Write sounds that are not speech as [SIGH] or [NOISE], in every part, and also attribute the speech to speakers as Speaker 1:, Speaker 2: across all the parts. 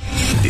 Speaker 1: The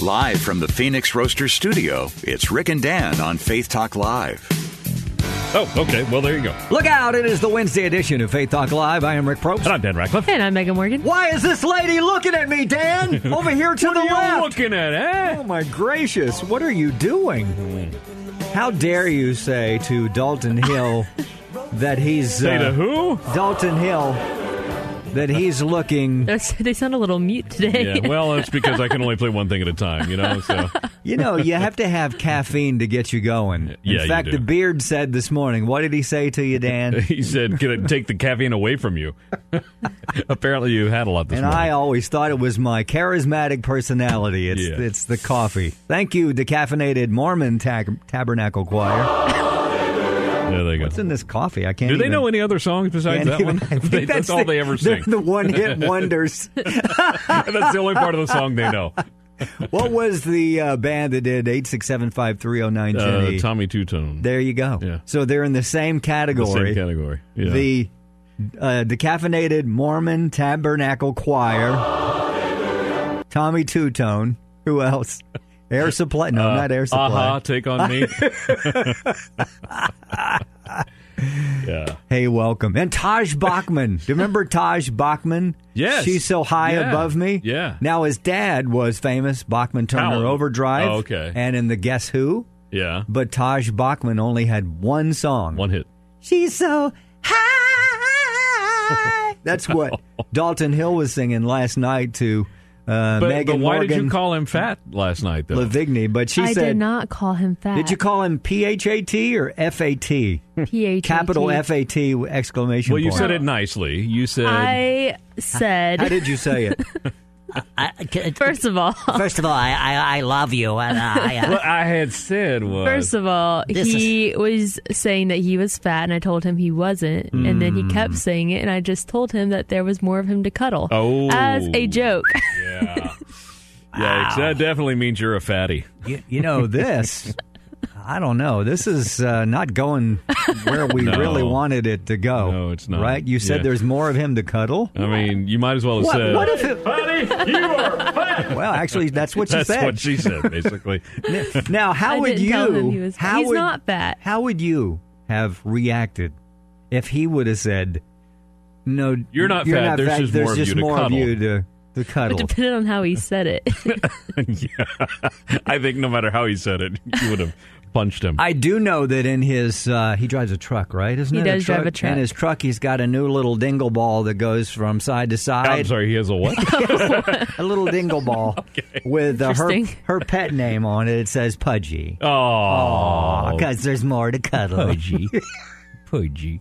Speaker 2: Live from the Phoenix Roaster Studio, it's Rick and Dan on Faith Talk Live.
Speaker 3: Oh, okay. Well, there you go.
Speaker 4: Look out! It is the Wednesday edition of Faith Talk Live. I am Rick Probst.
Speaker 3: And I'm Dan Ratcliffe.
Speaker 5: And I'm Megan Morgan.
Speaker 4: Why is this lady looking at me, Dan? Over here
Speaker 3: [LAUGHS]
Speaker 4: to
Speaker 3: what
Speaker 4: the
Speaker 3: are you
Speaker 4: left.
Speaker 3: looking at, eh?
Speaker 4: Oh my gracious! What are you doing? How dare you say to
Speaker 3: [LAUGHS]
Speaker 4: Dalton Hill that he's
Speaker 3: Say
Speaker 4: uh,
Speaker 3: to who?
Speaker 4: Dalton Hill that he's looking.
Speaker 5: That's- They sound a little mute today.
Speaker 3: Yeah,
Speaker 5: [LAUGHS]
Speaker 3: well, it's because I can only play one thing at a time, you know? So
Speaker 4: You know, you have to have caffeine to get you going.
Speaker 3: [LAUGHS] Yeah,
Speaker 4: In
Speaker 3: you
Speaker 4: fact,
Speaker 3: do.
Speaker 4: the beard said this morning. What did he say to
Speaker 3: [LAUGHS]
Speaker 4: you, Dan?
Speaker 3: he said, "Can I take the caffeine away from you?" [LAUGHS] Apparently, you had a lot this
Speaker 4: And I uh,
Speaker 3: morning.
Speaker 4: always thought it was my charismatic personality. It's
Speaker 3: Yeah.
Speaker 4: it's the coffee. Thank you, decaffeinated Mormon ta- Tabernacle Choir.
Speaker 3: yeah, there you go.
Speaker 4: What's in this coffee? I can't.
Speaker 3: Do they
Speaker 4: even-
Speaker 3: know any other songs besides
Speaker 4: can't
Speaker 3: that
Speaker 4: even-
Speaker 3: one?
Speaker 4: [LAUGHS] I think
Speaker 3: They- that's
Speaker 4: [LAUGHS] the-
Speaker 3: all they ever
Speaker 4: they're
Speaker 3: sing.
Speaker 4: The one hit wonders.
Speaker 3: [LAUGHS] that's the only part of the song they know.
Speaker 4: what was the uh, band that did eight six seven five three zero nine
Speaker 3: Uh,
Speaker 4: [LAUGHS] Jenny?
Speaker 3: Tommy Two Tone.
Speaker 4: There you go.
Speaker 3: Yeah.
Speaker 4: So they're in the same
Speaker 3: The same
Speaker 4: category.
Speaker 3: category. Yeah.
Speaker 4: The uh, decaffeinated Mormon Tabernacle Choir. Tommy Two Tone. Who else? Air Supply. No, not Air Supply.
Speaker 3: Uh, Aha, take on
Speaker 4: [LAUGHS]
Speaker 3: me. [LAUGHS] yeah.
Speaker 4: Hey, welcome. And Taj Bachman. Do you remember Taj Bachman?
Speaker 3: Yes.
Speaker 4: She's so high
Speaker 3: Yeah.
Speaker 4: above me.
Speaker 3: Yeah.
Speaker 4: Now, his dad was famous, Bachman Turner
Speaker 3: Howard.
Speaker 4: Overdrive.
Speaker 3: Oh, okay.
Speaker 4: And in the Guess Who?
Speaker 3: Yeah.
Speaker 4: But Taj Bachman only had one song.
Speaker 3: One hit.
Speaker 4: She's so high. [LAUGHS] That's what Dalton Hill was singing last night to uh,
Speaker 3: But,
Speaker 4: Megan
Speaker 3: but why
Speaker 4: Morgan
Speaker 3: did you call him fat last night, though?
Speaker 4: Lavigne. But she
Speaker 5: I
Speaker 4: said,
Speaker 5: did not call him fat.
Speaker 4: Did you call him P H A T or F A [LAUGHS] T?
Speaker 5: PHAT?
Speaker 4: Capital F A T exclamation
Speaker 3: well, you
Speaker 4: point.
Speaker 3: said it nicely. You said
Speaker 5: I
Speaker 4: How
Speaker 5: said,
Speaker 4: did you say [LAUGHS] it?
Speaker 6: I- c-
Speaker 5: [LAUGHS] first of
Speaker 4: [LAUGHS]
Speaker 5: all,
Speaker 6: First of all, I, I, I love you, and I,
Speaker 3: [LAUGHS] what I had
Speaker 4: [LAUGHS]
Speaker 3: said was
Speaker 5: first of all,
Speaker 6: This
Speaker 5: he was saying that he was fat, and I told him he wasn't, and then he
Speaker 4: Mm.
Speaker 5: kept saying it, and I just told him that there was more of him to cuddle
Speaker 3: Oh.
Speaker 5: as a joke. [LAUGHS]
Speaker 3: Yeah. Yikes. That definitely means you're a fatty.
Speaker 4: you, you know this. I don't know. This is uh, not going where
Speaker 3: [LAUGHS]
Speaker 4: we
Speaker 3: No.
Speaker 4: really wanted it to go.
Speaker 3: No, it's not.
Speaker 4: Right? You said
Speaker 3: Yeah.
Speaker 4: there's more of him to cuddle.
Speaker 3: I mean, you might as well have
Speaker 4: What,
Speaker 3: said.
Speaker 4: what if it?
Speaker 3: Fatty, you are fat.
Speaker 4: Well, actually, that's what
Speaker 3: [LAUGHS]
Speaker 4: you
Speaker 3: That's
Speaker 4: said.
Speaker 3: what she said, basically.
Speaker 5: [LAUGHS]
Speaker 4: now, how
Speaker 5: I
Speaker 4: would
Speaker 5: didn't
Speaker 4: you?
Speaker 5: tell him he was fat.
Speaker 4: how
Speaker 5: He's
Speaker 4: would,
Speaker 5: not fat.
Speaker 4: How would you have reacted if he would have said, "No,
Speaker 3: You're not fat. There's just
Speaker 4: there's
Speaker 3: more of
Speaker 4: just
Speaker 3: you to
Speaker 4: more of
Speaker 3: cuddle."
Speaker 4: you to to
Speaker 5: It
Speaker 4: cuddle"?
Speaker 5: depended on how he said
Speaker 4: [LAUGHS]
Speaker 5: it.
Speaker 3: yeah. I think no matter how he said it, you would have punched him.
Speaker 4: I do know that in his uh, he drives a truck, right? Isn't
Speaker 5: He
Speaker 4: it
Speaker 5: does drive a truck.
Speaker 4: In his truck, he's got a new little dingle ball that goes from side to
Speaker 3: I'm
Speaker 4: side.
Speaker 3: sorry, he has a
Speaker 4: [LAUGHS]
Speaker 3: what?
Speaker 4: A
Speaker 3: [LAUGHS]
Speaker 4: little dingle ball with uh, her
Speaker 5: Interesting.
Speaker 4: her pet name on it. It says Pudgy
Speaker 3: Oh.
Speaker 4: because there's more to cuddle.
Speaker 3: [LAUGHS]
Speaker 4: Pudgy, Pudgy.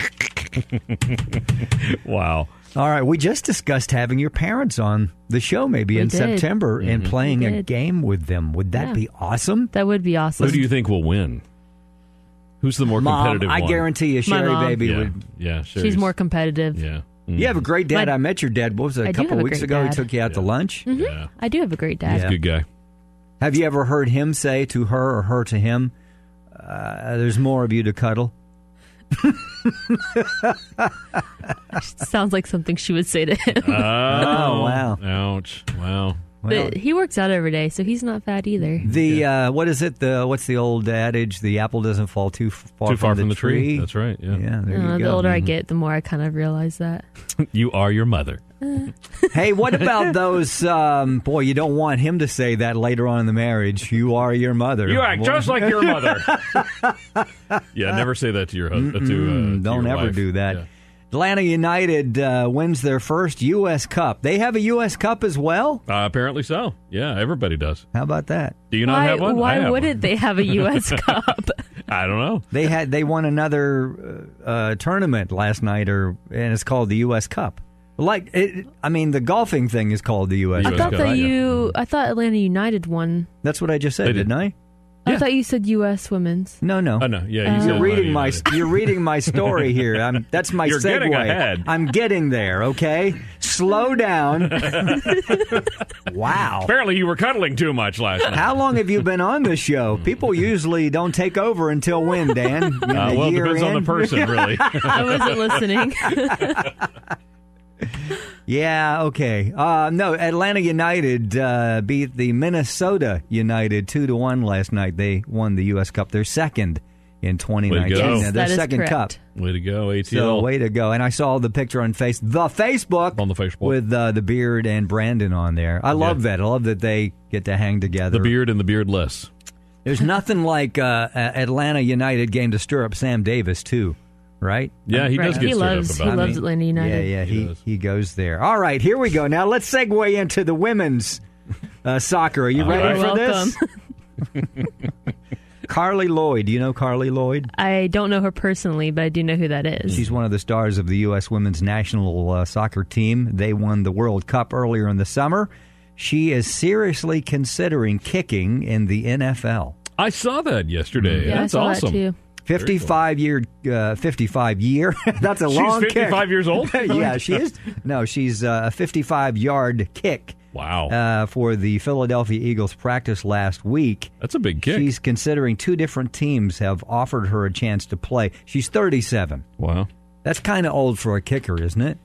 Speaker 3: Wow.
Speaker 4: All right, we just discussed having your parents on the show maybe in
Speaker 5: did. Mm-hmm.
Speaker 4: September and playing
Speaker 5: We
Speaker 4: a
Speaker 5: did.
Speaker 4: game with them. Would that
Speaker 5: Yeah.
Speaker 4: be awesome?
Speaker 5: that would be awesome.
Speaker 3: Who do you think will win? Who's the more
Speaker 4: Mom,
Speaker 3: competitive
Speaker 4: I
Speaker 3: one?
Speaker 4: guarantee you, Sherry
Speaker 5: mom.
Speaker 4: Baby
Speaker 3: yeah.
Speaker 4: would.
Speaker 3: Yeah, sure.
Speaker 5: She's more competitive.
Speaker 3: Yeah. Mm.
Speaker 4: You have a great dad.
Speaker 5: My-
Speaker 4: I met your dad. What was it, a
Speaker 5: I do
Speaker 4: couple
Speaker 5: have a
Speaker 4: weeks
Speaker 5: great
Speaker 4: ago? He
Speaker 5: dad. Mm-hmm.
Speaker 4: took you out to lunch.
Speaker 3: Yeah.
Speaker 5: I do have a great dad.
Speaker 4: Yeah.
Speaker 3: Good guy.
Speaker 4: Have you ever heard him say to her or her to him, uh, "There's more of you to cuddle"?
Speaker 5: Sounds like something she would say to him.
Speaker 3: Oh,
Speaker 4: wow.
Speaker 3: Ouch. Wow.
Speaker 4: Well,
Speaker 5: but he works out every day, so he's not fat either.
Speaker 4: the uh, what is it? The what's the old adage? The apple doesn't fall too f- far,
Speaker 3: Too far from, the tree.
Speaker 4: tree.
Speaker 3: That's right. Yeah.
Speaker 4: Yeah, there
Speaker 5: Uh,
Speaker 4: you
Speaker 5: the
Speaker 4: go. Mm-hmm.
Speaker 5: older I get, the more I kind of realize that.
Speaker 3: You are your mother.
Speaker 4: hey, what about those? Um, boy, you don't want him to say that later on in the marriage. You are your mother.
Speaker 3: You act
Speaker 4: Well,
Speaker 3: just like your
Speaker 4: [LAUGHS]
Speaker 3: mother. [LAUGHS] yeah, never say that to your husband. To, uh, to
Speaker 4: mm, Don't
Speaker 3: your
Speaker 4: ever
Speaker 3: wife.
Speaker 4: do that.
Speaker 3: Yeah.
Speaker 4: Atlanta United uh, wins their first U.S. Cup. They have a U.S. Cup as well.
Speaker 3: Uh, apparently so. Yeah, everybody does.
Speaker 4: How about that?
Speaker 3: Do you not
Speaker 5: why
Speaker 3: have one? I
Speaker 5: why
Speaker 3: have
Speaker 5: wouldn't
Speaker 3: one.
Speaker 5: they have a
Speaker 3: [LAUGHS]
Speaker 5: U.S.
Speaker 4: [LAUGHS]
Speaker 5: Cup?
Speaker 3: I don't know.
Speaker 4: They had they won another uh, uh, tournament last night, or and it's called the U.S. Cup. Like, it, I mean, the golfing thing is called the U.S.
Speaker 3: The
Speaker 5: I
Speaker 3: US
Speaker 4: Open.
Speaker 5: thought
Speaker 3: Cup.
Speaker 5: that you.
Speaker 4: Mm-hmm.
Speaker 5: I thought Atlanta United won.
Speaker 4: That's what I just said,
Speaker 3: They did.
Speaker 4: didn't I?
Speaker 3: Yeah.
Speaker 5: I thought you said U.S.
Speaker 3: [LAUGHS]
Speaker 5: Women's.
Speaker 4: No, no.
Speaker 3: Oh no,
Speaker 5: Uh,
Speaker 3: yeah, you said
Speaker 4: You're
Speaker 3: Atlanta
Speaker 4: reading my
Speaker 3: United.
Speaker 4: you're reading my story here. I'm, that's my
Speaker 3: You're
Speaker 4: segue.
Speaker 3: getting ahead.
Speaker 4: I'm getting there. Okay,
Speaker 3: [LAUGHS]
Speaker 4: slow down. wow.
Speaker 3: Apparently, you were cuddling too much last night.
Speaker 4: How long have you been on the show? People usually don't take over until when, Dan?
Speaker 3: [LAUGHS] Uh,
Speaker 4: A
Speaker 3: well, it
Speaker 4: year
Speaker 3: depends on the
Speaker 4: in? [LAUGHS]
Speaker 3: person, really.
Speaker 5: I wasn't
Speaker 3: [LAUGHS]
Speaker 5: listening.
Speaker 4: Yeah, okay. Uh, no, Atlanta United uh, beat the Minnesota United 2 to 1 last night. They won the U.S. Cup, their second in 2019.
Speaker 3: Way to go.
Speaker 4: Now,
Speaker 3: Yes,
Speaker 4: their
Speaker 5: that is
Speaker 4: second
Speaker 5: correct.
Speaker 4: cup.
Speaker 3: Way to go, ATL.
Speaker 4: So, way to go. And I saw the picture on face the Facebook
Speaker 3: On the Facebook.
Speaker 4: with uh, the beard and Brandon on there. I love that. I love that they get to hang together.
Speaker 3: the beard and the beardless.
Speaker 4: There's nothing like uh, a- Atlanta United game to stir up Sam Davis, too, right?
Speaker 3: Yeah, he does
Speaker 5: Right.
Speaker 3: get
Speaker 5: He
Speaker 3: stirred
Speaker 5: loves-
Speaker 3: up about
Speaker 5: he
Speaker 3: it.
Speaker 5: loves Atlanta United.
Speaker 4: Yeah, yeah,
Speaker 3: He
Speaker 4: he,
Speaker 3: does.
Speaker 4: he goes there. All right, here we go. Now let's segue into the women's uh, soccer. Are you
Speaker 3: All
Speaker 4: ready
Speaker 5: right.
Speaker 4: for this? Carly Lloyd. Do you know Carly Lloyd?
Speaker 5: I don't know her personally, but I do know who that is.
Speaker 4: She's one of the stars of the U.S. women's national uh, soccer team. They won the World Cup earlier in the summer. She is seriously considering kicking in the NFL.
Speaker 3: I saw that yesterday.
Speaker 5: Mm-hmm. yeah,
Speaker 3: That's
Speaker 5: I saw
Speaker 3: awesome.
Speaker 5: that too.
Speaker 4: 55 year, uh, 55 year. [LAUGHS] That's a
Speaker 3: She's
Speaker 4: long kick.
Speaker 3: 55 years old.
Speaker 4: [LAUGHS] yeah, she is. No, she's uh, a 55 yard kick.
Speaker 3: Wow.
Speaker 4: uh, for the Philadelphia Eagles practice last week.
Speaker 3: That's a big kick.
Speaker 4: She's considering two different teams have offered her a chance to play. She's 37.
Speaker 3: wow.
Speaker 4: That's kind of old for a kicker, isn't it?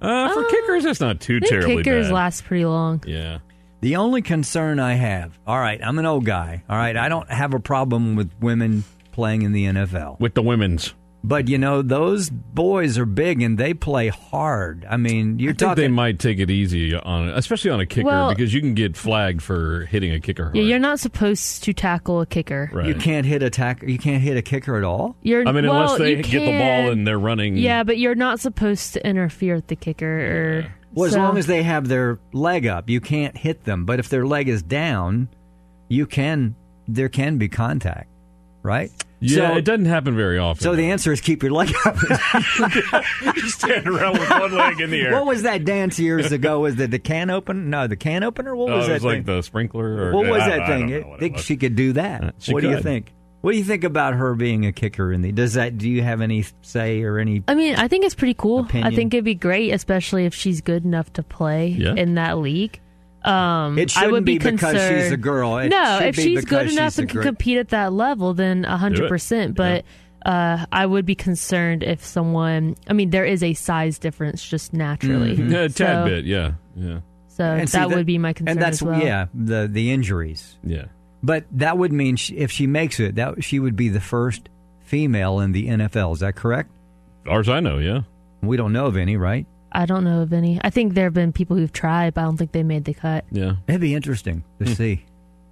Speaker 3: Uh, for kickers, that's not too
Speaker 5: I think
Speaker 3: terribly
Speaker 5: kickers
Speaker 3: bad.
Speaker 5: last pretty long.
Speaker 3: yeah.
Speaker 4: The only concern I have, all right, I'm an old guy. All right, I don't have a problem with women playing in the NFL.
Speaker 3: With the women's.
Speaker 4: But you know, those boys are big and they play hard. I mean,
Speaker 3: I
Speaker 4: you're
Speaker 3: think they
Speaker 4: talking
Speaker 3: might take it easy on, especially on a kicker,
Speaker 5: Well-
Speaker 3: because you can get flagged for hitting a kicker. Hard.
Speaker 5: Yeah, you're not supposed to tackle a kicker.
Speaker 3: Right.
Speaker 4: you can't hit attack you can't hit a kicker at all?
Speaker 5: You're,
Speaker 3: I mean,
Speaker 5: well,
Speaker 3: unless they
Speaker 5: you
Speaker 3: get the
Speaker 5: can-
Speaker 3: ball and they're running.
Speaker 5: Yeah, but you're not supposed to interfere with the kicker. Or,
Speaker 4: Well, as
Speaker 5: so-
Speaker 4: long as they have their leg up, you can't hit them. But if their leg is down, you can there can be contact, right?
Speaker 3: Yeah,
Speaker 4: So,
Speaker 3: it doesn't happen very often. [LAUGHS]
Speaker 4: so the answer is keep your leg up. [LAUGHS]
Speaker 3: you stand around with one leg
Speaker 4: [LAUGHS]
Speaker 3: in the air.
Speaker 4: what was that dance years ago? Was it the can open? No, the can opener. What
Speaker 3: Oh,
Speaker 4: was
Speaker 3: it
Speaker 4: that
Speaker 3: was
Speaker 4: thing?
Speaker 3: like the sprinkler. Or,
Speaker 4: what was
Speaker 3: I-
Speaker 4: that
Speaker 3: I
Speaker 4: thing?
Speaker 3: don't know what it
Speaker 4: think
Speaker 3: was.
Speaker 4: she could do that.
Speaker 3: Uh, she
Speaker 4: what do you
Speaker 3: could.
Speaker 4: think? What do you think about her being a kicker in the? Does that? Do you have any say or any?
Speaker 5: I mean, I think it's pretty cool.
Speaker 4: Opinion.
Speaker 5: I think it'd be great, especially if she's good enough to play
Speaker 3: Yeah.
Speaker 5: in that league. Um,
Speaker 4: It
Speaker 5: I would
Speaker 4: shouldn't
Speaker 5: be,
Speaker 4: be because she's
Speaker 5: concerned.
Speaker 4: a girl. It
Speaker 5: no,
Speaker 4: should
Speaker 5: if
Speaker 4: be
Speaker 5: she's good
Speaker 4: because
Speaker 5: enough
Speaker 4: she's a
Speaker 5: and can
Speaker 4: gir-
Speaker 5: compete at that level, then hundred percent. But uh, I would be concerned if someone. I mean, there is a size difference just naturally.
Speaker 3: Yeah, a tad
Speaker 5: so,
Speaker 3: bit. Yeah, yeah,
Speaker 5: So
Speaker 4: Mm-hmm.
Speaker 5: Uh,
Speaker 4: And
Speaker 5: that,
Speaker 4: see,
Speaker 5: would be my concern
Speaker 4: And
Speaker 5: as
Speaker 4: that's
Speaker 5: well.
Speaker 4: yeah, the the injuries.
Speaker 3: yeah.
Speaker 4: But that would mean she, if she makes it, that she would be the first female in the NFL. Is that correct?
Speaker 3: Ours, I know. Yeah,
Speaker 4: We don't know of any, right?
Speaker 5: I don't know of any. I think there have been people who've tried, but I don't think they made the cut.
Speaker 3: yeah.
Speaker 4: It'd be interesting to see.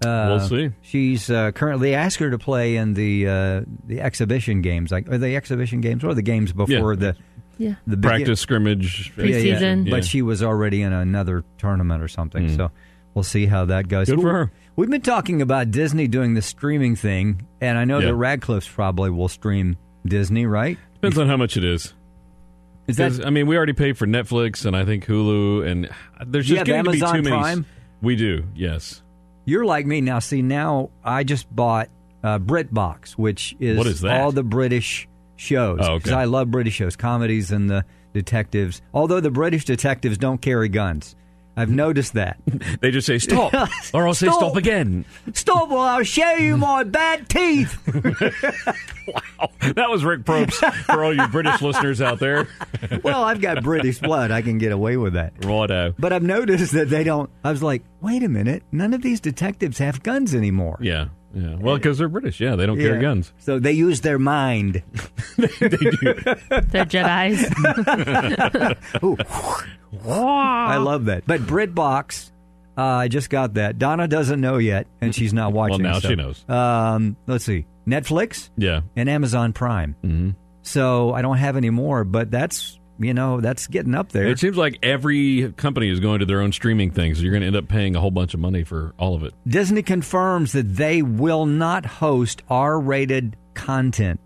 Speaker 4: Uh,
Speaker 3: Hmm. We'll see.
Speaker 4: She's uh, currently asked her to play in the uh, the exhibition games, like are the exhibition games or the games before the
Speaker 5: Yeah.
Speaker 4: the begin-
Speaker 3: Practice scrimmage.
Speaker 4: Yeah, yeah.
Speaker 5: Preseason.
Speaker 3: Yeah. Mm.
Speaker 4: But she was already in another tournament or something, so we'll see how that goes.
Speaker 3: Good for her.
Speaker 4: We've been talking about Disney doing the streaming thing, and I know
Speaker 3: Yeah.
Speaker 4: that Radcliffe's probably will stream Disney, right?
Speaker 3: Depends on how much it is.
Speaker 4: Is
Speaker 3: 'Cause, I mean, we already pay for Netflix and I think Hulu, and there's
Speaker 4: You
Speaker 3: just
Speaker 4: have
Speaker 3: going to be
Speaker 4: Amazon
Speaker 3: too many.
Speaker 4: Prime?
Speaker 3: We do, yes.
Speaker 4: You're like me now. See, now I just bought uh, BritBox, which is,
Speaker 3: What is that?
Speaker 4: all the British shows.
Speaker 3: Oh, okay.
Speaker 4: Because I love British shows, comedies and the detectives. Although the British detectives don't carry guns.
Speaker 3: [LAUGHS]
Speaker 4: I've noticed that.
Speaker 3: They just say
Speaker 4: [LAUGHS]
Speaker 3: stop, or I'll say
Speaker 4: Stop.
Speaker 3: stop again.
Speaker 4: Stop, or I'll show you my bad teeth.
Speaker 3: That was Rick Probst for all you British listeners out
Speaker 4: [LAUGHS]
Speaker 3: there.
Speaker 4: well, I've got British blood. I can get away with that.
Speaker 3: Righto.
Speaker 4: But I've noticed that they don't. I was like, wait a minute. None of these detectives have guns anymore.
Speaker 3: Yeah, yeah. Well, because they're British. Yeah, they don't carry
Speaker 4: Yeah.
Speaker 3: guns.
Speaker 4: So they use their mind.
Speaker 5: They're
Speaker 4: [LAUGHS]
Speaker 5: Jedi's.
Speaker 4: I love that. But BritBox, uh, I just got that. Donna doesn't know yet, and she's not
Speaker 3: Well,
Speaker 4: watching.
Speaker 3: now
Speaker 4: so-
Speaker 3: she knows.
Speaker 4: Um, let's see, Netflix
Speaker 3: Yeah.
Speaker 4: and Amazon Prime. Mm-hmm. So I don't have any more, but that's you know that's getting up there.
Speaker 3: It seems like every company is going to their own streaming thing, so you're going to end up paying a whole bunch of money for all of it.
Speaker 4: Disney confirms that they will not host R-rated content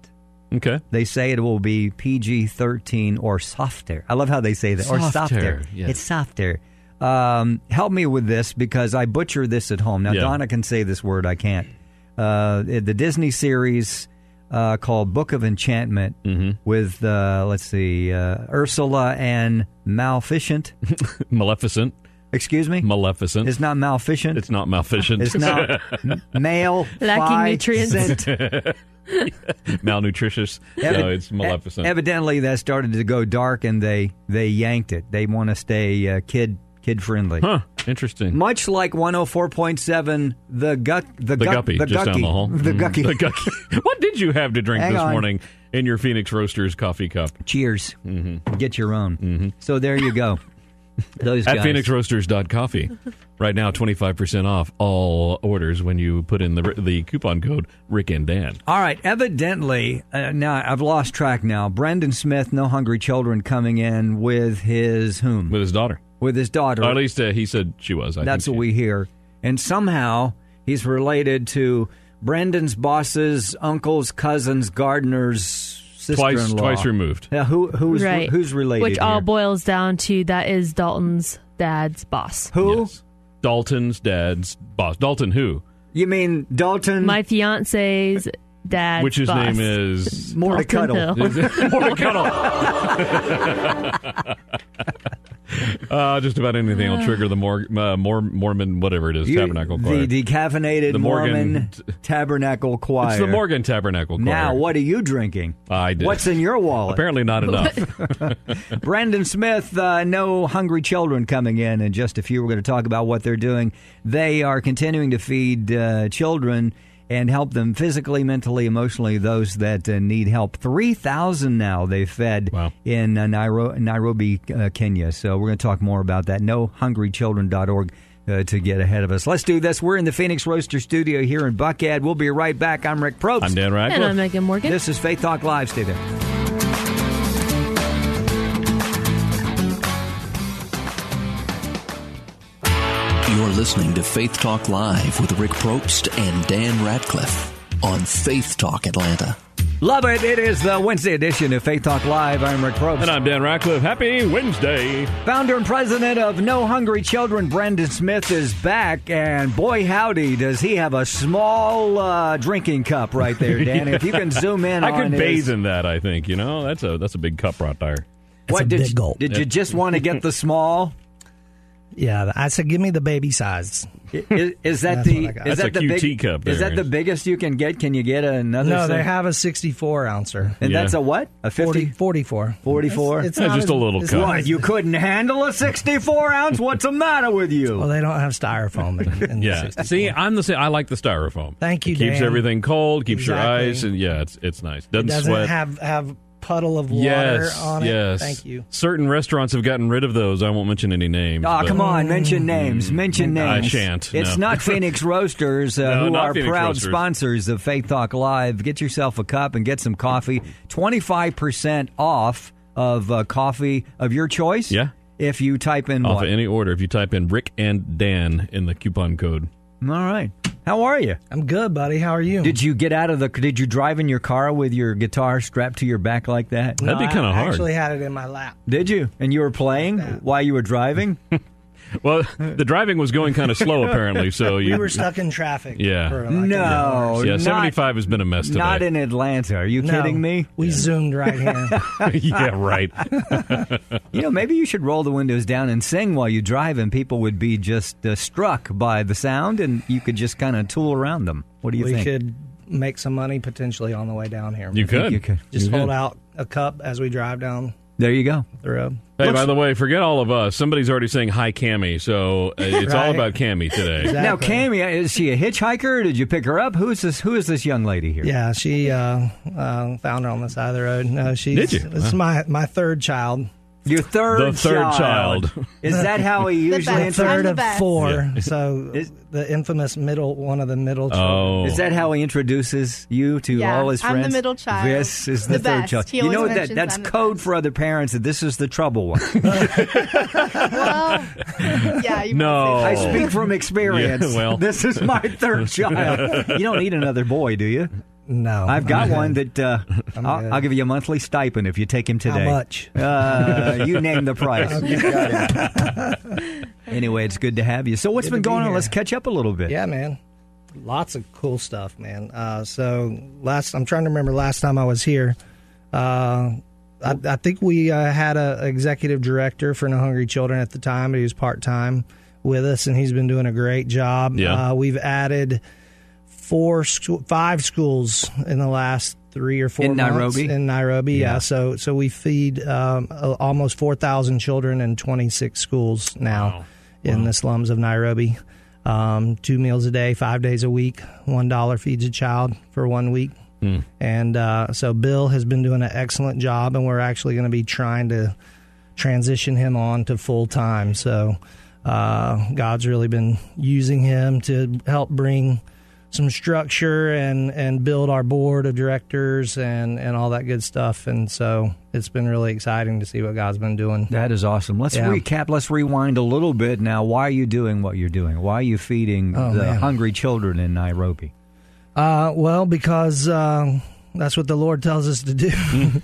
Speaker 3: Okay.
Speaker 4: They say it will be PG 13 or softer. I love how they say that. Or
Speaker 3: Softer,
Speaker 4: softer.
Speaker 3: yes.
Speaker 4: It's softer. Um, help me with this because I butcher this at home. Now,
Speaker 3: Yeah.
Speaker 4: Donna can say this word. I can't. Uh, the Disney series uh, called Book of Enchantment
Speaker 3: Mm-hmm.
Speaker 4: with, uh, let's see, uh, Ursula and Maleficent.
Speaker 3: Maleficent.
Speaker 4: Excuse me?
Speaker 3: Maleficent.
Speaker 4: it's not Maleficent.
Speaker 3: It's not maleficent. [LAUGHS]
Speaker 4: It's not male.
Speaker 5: Lacking nutrients.
Speaker 3: malnutritious. no, it's Maleficent.
Speaker 4: e- Evidently, that started to go dark, and they they yanked it. They want to stay uh, kid kid friendly.
Speaker 3: huh. Interesting.
Speaker 4: Much like 104.7, the guck, the,
Speaker 3: the
Speaker 4: guck-
Speaker 3: guppy
Speaker 4: the
Speaker 3: just down
Speaker 4: gucky,
Speaker 3: the hall.
Speaker 4: the
Speaker 3: Mm,
Speaker 4: gucky.
Speaker 3: The
Speaker 4: [LAUGHS]
Speaker 3: guppy. [LAUGHS] what did you have to drink
Speaker 4: Hang
Speaker 3: this
Speaker 4: on.
Speaker 3: morning in your Phoenix Roasters coffee cup?
Speaker 4: Cheers.
Speaker 3: Mm-hmm.
Speaker 4: Get your own. So there you
Speaker 3: [LAUGHS]
Speaker 4: go. Those
Speaker 3: At
Speaker 4: guys. [LAUGHS]
Speaker 3: phoenixroasters.coffee. Right now, 25% off all orders when you put in the, the coupon code Rick and Dan.
Speaker 4: All right. Evidently, uh, now I've lost track. Now, Brendan Smith, No Hungry Children, coming in with his whom?
Speaker 3: With his daughter.
Speaker 4: with his daughter.
Speaker 3: Or at least uh, he said she was. I
Speaker 4: That's
Speaker 3: think
Speaker 4: what
Speaker 3: she-
Speaker 4: we hear. And somehow he's related to Brendan's boss's uncle's cousin's gardener's
Speaker 3: Twice,
Speaker 4: sister-in-law.
Speaker 3: twice removed.
Speaker 4: Yeah, who who's
Speaker 5: right.
Speaker 4: who's related?
Speaker 5: Which all
Speaker 4: here?
Speaker 5: boils down to that is Dalton's dad's boss.
Speaker 4: who?
Speaker 3: Yes. Dalton's dad's boss. Dalton who?
Speaker 4: You mean Dalton?
Speaker 5: My fiance's dad's
Speaker 3: Which his
Speaker 5: boss.
Speaker 3: name
Speaker 5: [LAUGHS]
Speaker 3: is.
Speaker 4: more to
Speaker 5: Dalton
Speaker 4: cuddle.
Speaker 5: Hill.
Speaker 3: Mordecai. [LAUGHS] uh, just about anything will trigger the Mor- uh, Mor- Mormon, whatever it is,
Speaker 4: You-
Speaker 3: Tabernacle Choir.
Speaker 4: The decaffeinated
Speaker 3: The Morgan-
Speaker 4: Mormon, Tabernacle Choir.
Speaker 3: it's the Morgan Tabernacle Choir.
Speaker 4: Now, what are you drinking?
Speaker 3: I did.
Speaker 4: What's in your wallet?
Speaker 3: Apparently not enough.
Speaker 4: Brandon Smith, uh, No Hungry Children coming in in just a few. We're going to talk about what they're doing. They are continuing to feed uh, children and help them physically, mentally, emotionally, those that uh, need help. 3,000 now they've fed
Speaker 3: Wow.
Speaker 4: in uh, Nairo- Nairobi, uh, Kenya. So we're going to talk more about that. NoHungryChildren.org. Uh, to get ahead of us. Let's do this. We're in the Phoenix Roaster studio here in Buckhead. We'll be right back. I'm Rick Probst.
Speaker 3: I'm Dan Radcliffe.
Speaker 5: And I'm Megan Morgan.
Speaker 4: This is Faith Talk Live. Stay there.
Speaker 7: You're listening to Faith Talk Live with Rick Probst and Dan Ratcliffe on Faith Talk Atlanta.
Speaker 4: Love it. It is the Wednesday edition of Faith Talk Live. I'm Rick Probst.
Speaker 3: And I'm Dan Ratcliffe. Happy Wednesday.
Speaker 4: Founder and president of No Hungry Children, Brendan Smith, is back. And boy, howdy, does he have a small uh, drinking cup right
Speaker 3: [LAUGHS]
Speaker 4: there, Dan. If you can zoom in
Speaker 3: I
Speaker 4: on
Speaker 3: could
Speaker 4: his,
Speaker 3: bathe in that, I think. You know, that's a that's a big cup right there.
Speaker 4: What,
Speaker 8: a
Speaker 4: did,
Speaker 8: big
Speaker 4: you-
Speaker 8: gulp.
Speaker 4: did you just want to
Speaker 3: [LAUGHS]
Speaker 4: get the small?
Speaker 8: Yeah, I said, give me the baby size.
Speaker 4: I- Is, is that
Speaker 8: That's
Speaker 4: the
Speaker 8: what I got.
Speaker 4: is
Speaker 3: That's
Speaker 4: that
Speaker 3: a
Speaker 4: the
Speaker 3: QT
Speaker 4: big,
Speaker 3: cup
Speaker 4: Is
Speaker 3: there,
Speaker 4: that the
Speaker 3: is-
Speaker 4: biggest you can get? Can you get another?
Speaker 8: No, they
Speaker 4: size?
Speaker 8: have a 64 ouncer.
Speaker 4: And
Speaker 3: Yeah.
Speaker 4: that's a what? A
Speaker 8: 40,
Speaker 4: 50?
Speaker 8: 44.
Speaker 4: 44?
Speaker 8: It's, it's
Speaker 3: That's
Speaker 8: not
Speaker 3: just
Speaker 8: as-
Speaker 3: a little
Speaker 8: it's
Speaker 3: cup.
Speaker 8: not
Speaker 3: What,
Speaker 8: as-
Speaker 4: You couldn't handle a 64 ounce? What's the matter with you?
Speaker 8: Well, they don't have styrofoam. In, in the
Speaker 3: Yeah.
Speaker 8: 64.
Speaker 3: See, I'm the same. I like the styrofoam.
Speaker 8: Thank you,
Speaker 3: It keeps
Speaker 8: Dan.
Speaker 3: everything cold, keeps
Speaker 8: Exactly.
Speaker 3: your eyes, and yeah, it's it's nice. Doesn't,
Speaker 8: doesn't
Speaker 3: sweat.
Speaker 8: have have puddle of water
Speaker 3: yes.
Speaker 8: on it.
Speaker 3: Yes.
Speaker 8: Thank you. Ah,
Speaker 3: Certain restaurants have gotten rid of those. I won't mention any names.
Speaker 4: Oh,
Speaker 3: but- Mm,
Speaker 4: come on. Mention names. Mention
Speaker 3: I
Speaker 4: names.
Speaker 3: shan't,
Speaker 4: It's
Speaker 3: no. [LAUGHS]
Speaker 4: not Phoenix Roasters, uh,
Speaker 3: No,
Speaker 4: who
Speaker 3: not
Speaker 4: are
Speaker 3: Phoenix
Speaker 4: proud
Speaker 3: Roasters.
Speaker 4: sponsors of Faith Talk Live. Get yourself a cup and get some coffee. 25% off of uh, coffee of your choice.
Speaker 3: Yeah.
Speaker 4: If you type in
Speaker 3: Off
Speaker 4: what?
Speaker 3: of any order, if you type in Rick and Dan in the coupon code.
Speaker 4: All right. How are you?
Speaker 8: I'm good, buddy. How are you?
Speaker 4: Did you get out of the? Did you drive in your car with your guitar strapped to your back like that?
Speaker 3: That'd be
Speaker 8: I-
Speaker 3: kind of
Speaker 8: I
Speaker 3: hard.
Speaker 8: actually had it in my lap.
Speaker 4: Did you? And you were playing while you were driving.
Speaker 3: Well, the driving was going kind of slow apparently, so you
Speaker 8: We were stuck in traffic.
Speaker 3: Yeah.
Speaker 8: for like an hour.
Speaker 4: no,
Speaker 3: Yeah,
Speaker 4: not-
Speaker 3: 75 has been a mess today. [LAUGHS]
Speaker 4: Not in Atlanta. Are you
Speaker 8: No,
Speaker 4: kidding me?
Speaker 8: We zoomed right here. [LAUGHS]
Speaker 3: yeah, right.
Speaker 4: You know, maybe you should roll the windows down and sing while you drive, and people would be just uh, struck by the sound, and you could just kind of tool around them. What do [LAUGHS] you
Speaker 8: we
Speaker 4: think?
Speaker 8: could make some money potentially on the way down here.
Speaker 3: You could.
Speaker 4: you could.
Speaker 8: just
Speaker 3: You
Speaker 8: hold
Speaker 3: could.
Speaker 8: out a cup as we drive down
Speaker 4: There you go.
Speaker 8: the road.
Speaker 3: Hey, by the way, forget all of us. Somebody's already saying hi, Cammy. So uh,
Speaker 8: [LAUGHS]
Speaker 3: it's all
Speaker 8: Right.
Speaker 3: about Cammy today.
Speaker 4: Now,
Speaker 8: Exactly.
Speaker 4: Cammy, is she a hitchhiker? Did you pick her up? Who is this? Who is this young lady here?
Speaker 8: Yeah, she uh, uh, found her on the side of the road. No, she's
Speaker 3: Did you?
Speaker 8: It's my my third child,
Speaker 4: Your third,
Speaker 3: The third child.
Speaker 4: Is that how
Speaker 8: [LAUGHS]
Speaker 4: he usually?
Speaker 9: best.
Speaker 4: Inter-
Speaker 9: I'm
Speaker 8: third
Speaker 9: the
Speaker 8: of
Speaker 9: best.
Speaker 8: four.
Speaker 3: Yeah. [LAUGHS]
Speaker 8: [LAUGHS] So
Speaker 4: Is-
Speaker 8: the infamous middle, one of the middle. children.
Speaker 3: Oh,
Speaker 4: is that how he introduces you to
Speaker 9: Yeah,
Speaker 4: all his
Speaker 9: I'm the
Speaker 4: friends?
Speaker 9: middle child.
Speaker 4: This is the,
Speaker 9: The
Speaker 4: third
Speaker 9: best.
Speaker 4: child.
Speaker 9: He
Speaker 4: you know
Speaker 9: always
Speaker 4: that
Speaker 9: mentions
Speaker 4: that's
Speaker 9: I'm the
Speaker 4: code
Speaker 9: best.
Speaker 4: for other parents that this is the trouble
Speaker 9: [LAUGHS]
Speaker 4: one.
Speaker 9: Well,
Speaker 3: [LAUGHS]
Speaker 9: yeah, you
Speaker 3: No.
Speaker 9: might
Speaker 4: I
Speaker 9: say that.
Speaker 4: speak from experience.
Speaker 3: Yeah, well.
Speaker 4: this is my third child. You don't need another boy, do you?
Speaker 8: No,
Speaker 4: I've got
Speaker 8: I'm good.
Speaker 4: one
Speaker 8: [LAUGHS]
Speaker 4: that uh,
Speaker 8: I'm
Speaker 4: I'll,
Speaker 8: good.
Speaker 4: I'll give you a monthly stipend if you take him today. [LAUGHS]
Speaker 8: much? [LAUGHS]
Speaker 4: Uh, you name the price.
Speaker 8: Okay,
Speaker 4: anyway, it's good to have you. So, what's
Speaker 8: Good
Speaker 4: been
Speaker 8: to be
Speaker 4: going on?
Speaker 8: here.
Speaker 4: Let's catch up a little bit.
Speaker 8: Yeah, man. Lots of cool stuff, man. Uh, so last, I'm trying to remember last time I was here. Uh, I, I think we uh, had a executive director for No Hungry Children at the time, but he was part time with us, and he's been doing a great job.
Speaker 10: Yeah.
Speaker 8: Uh, we've added four, scho- five schools in the last three or four
Speaker 4: In
Speaker 8: months
Speaker 4: Nairobi?
Speaker 8: in Nairobi. Yeah.
Speaker 4: Yeah.
Speaker 8: So so we feed um, a- almost four thousand children in twenty six schools now in the slums of Nairobi. Um, two meals a day, five days a week. One dollar feeds a child for one week.
Speaker 4: Hmm.
Speaker 8: And uh, so Bill has been doing an excellent job, and we're actually going to be trying to transition him on to full time. So uh, God's really been using him to help bring some structure and and build our board of directors and and all that good stuff. And so it's been really exciting to see what God's been doing.
Speaker 4: That is awesome. Let's
Speaker 8: Yeah.
Speaker 4: recap. Let's rewind a little bit now. Why are you doing what you're doing? Why are you feeding
Speaker 8: Oh,
Speaker 4: the
Speaker 8: man.
Speaker 4: hungry children in Nairobi?
Speaker 8: Uh, well, because um, that's what the Lord tells us to do.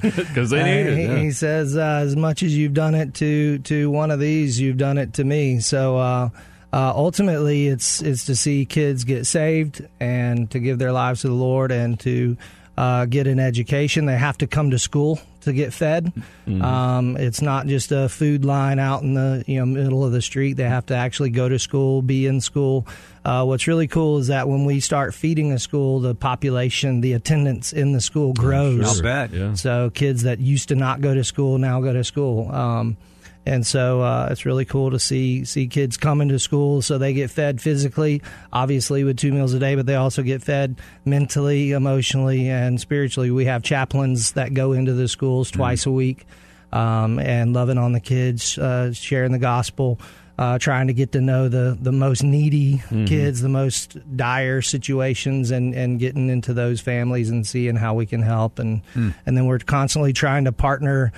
Speaker 3: Because they need
Speaker 8: Uh,
Speaker 3: it.
Speaker 8: he,
Speaker 3: yeah.
Speaker 8: he says, uh, "As much as you've done it to to one of these, you've done it to me." So uh, uh, ultimately, it's it's to see kids get saved and to give their lives to the Lord and to uh, get an education. They have to come to school to get fed.
Speaker 3: Mm-hmm.
Speaker 8: Um, it's not just a food line out in the you know middle of the street. They have to actually go to school, be in school. Uh, what's really cool is that when we start feeding a school, the population, the attendance in the school grows.
Speaker 4: I'll bet. Yeah.
Speaker 8: So kids that used to not go to school now go to school. Um, and so uh, it's really cool to see see kids coming to school so they get fed physically, obviously with two meals a day, but they also get fed mentally, emotionally, and spiritually. We have chaplains that go into the schools twice a week um, and loving on the kids, uh, sharing the gospel, uh, trying to get to know the, the most needy
Speaker 11: Mhm.
Speaker 8: kids, the most dire situations, and, and getting into those families and seeing how we can help. And, and then we're constantly trying to partner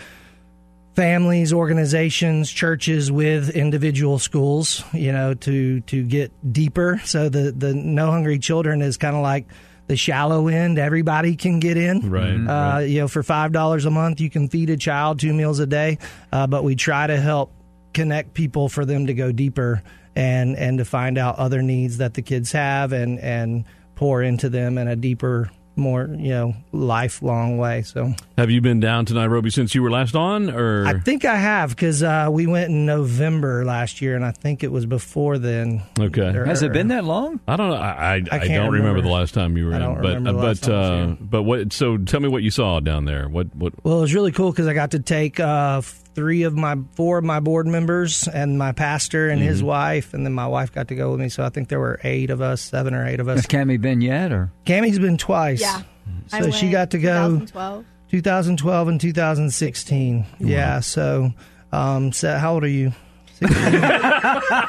Speaker 8: families, organizations, churches with individual schools, you know, to to get deeper. So the the No Hungry Children is kind of like the shallow end. Everybody can get in,
Speaker 3: Right,
Speaker 8: Uh, You know, for five dollars a month, you can feed a child two meals a day, uh, but we try to help connect people for them to go deeper and and to find out other needs that the kids have and and pour into them in a deeper more you know lifelong way so
Speaker 3: Have you been down to Nairobi since you were last on? Or
Speaker 8: I think I have because uh, we went in November last year, and I think it was before then.
Speaker 3: okay,
Speaker 8: Has it been
Speaker 4: that long?
Speaker 3: I don't know. I I, I,
Speaker 8: can't
Speaker 3: don't remember.
Speaker 8: remember.
Speaker 3: the last time you were
Speaker 8: I don't
Speaker 3: in. But
Speaker 8: remember the
Speaker 3: but
Speaker 8: last time I was
Speaker 3: uh, but what? So tell me what you saw down there. What what?
Speaker 8: Well, it was really cool because I got to take uh, three of my four of my board members and my pastor and his
Speaker 3: Mm-hmm.
Speaker 4: Mhm.
Speaker 8: wife, and then my wife got to go with me. So I think there were eight of us, seven or eight of us.
Speaker 4: Has Cammy been yet? Or
Speaker 8: Cammy's been twice.
Speaker 9: Yeah.
Speaker 8: So
Speaker 9: I
Speaker 8: she
Speaker 9: went
Speaker 8: got to go
Speaker 9: 2012.
Speaker 8: 2012 and 2016. Yeah. So, um, so how old
Speaker 3: [LAUGHS]
Speaker 8: are you? [LAUGHS]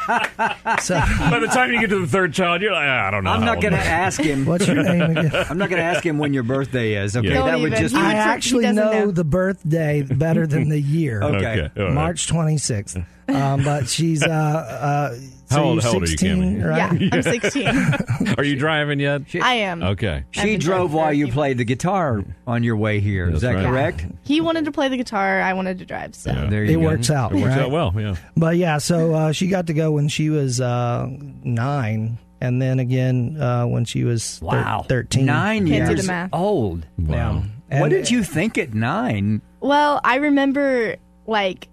Speaker 3: By the time you get to the third child, you're like, "Ah, I don't know.
Speaker 4: I'm
Speaker 3: how
Speaker 4: not
Speaker 3: old
Speaker 4: going to
Speaker 3: I am."
Speaker 4: ask [LAUGHS] him.
Speaker 8: What's your name again?
Speaker 4: I'm not going to ask him when your birthday is. Okay,
Speaker 3: Yeah. Don't
Speaker 4: that would
Speaker 3: even.
Speaker 4: just.
Speaker 8: I
Speaker 4: be-
Speaker 8: actually know, the birthday better than the year.
Speaker 4: [LAUGHS] Okay. Okay, all right.
Speaker 8: March 26th. Um, but she's uh, uh, so
Speaker 3: How old,
Speaker 8: you're
Speaker 3: how old are you,
Speaker 8: 16,
Speaker 3: Kimmy?
Speaker 8: right?
Speaker 9: Yeah, I'm 16.
Speaker 8: [LAUGHS]
Speaker 3: Are you driving yet?
Speaker 9: I am.
Speaker 3: Okay.
Speaker 9: I've
Speaker 4: She
Speaker 9: been
Speaker 4: drove
Speaker 9: driving
Speaker 4: while you played the guitar on your way here. Is that
Speaker 3: right.
Speaker 4: correct?
Speaker 9: He wanted to play the guitar. I wanted to drive. So
Speaker 4: There
Speaker 8: It
Speaker 4: you go.
Speaker 8: works out, It works right? out
Speaker 3: well. Yeah.
Speaker 8: But yeah, so uh, she got to go when she was uh, nine, and then again uh, when she was thir-
Speaker 4: Wow.
Speaker 8: 13.
Speaker 4: Nine
Speaker 9: Can't do the
Speaker 4: years
Speaker 9: math.
Speaker 4: old. Wow. What did you think at nine?
Speaker 9: Well, I remember like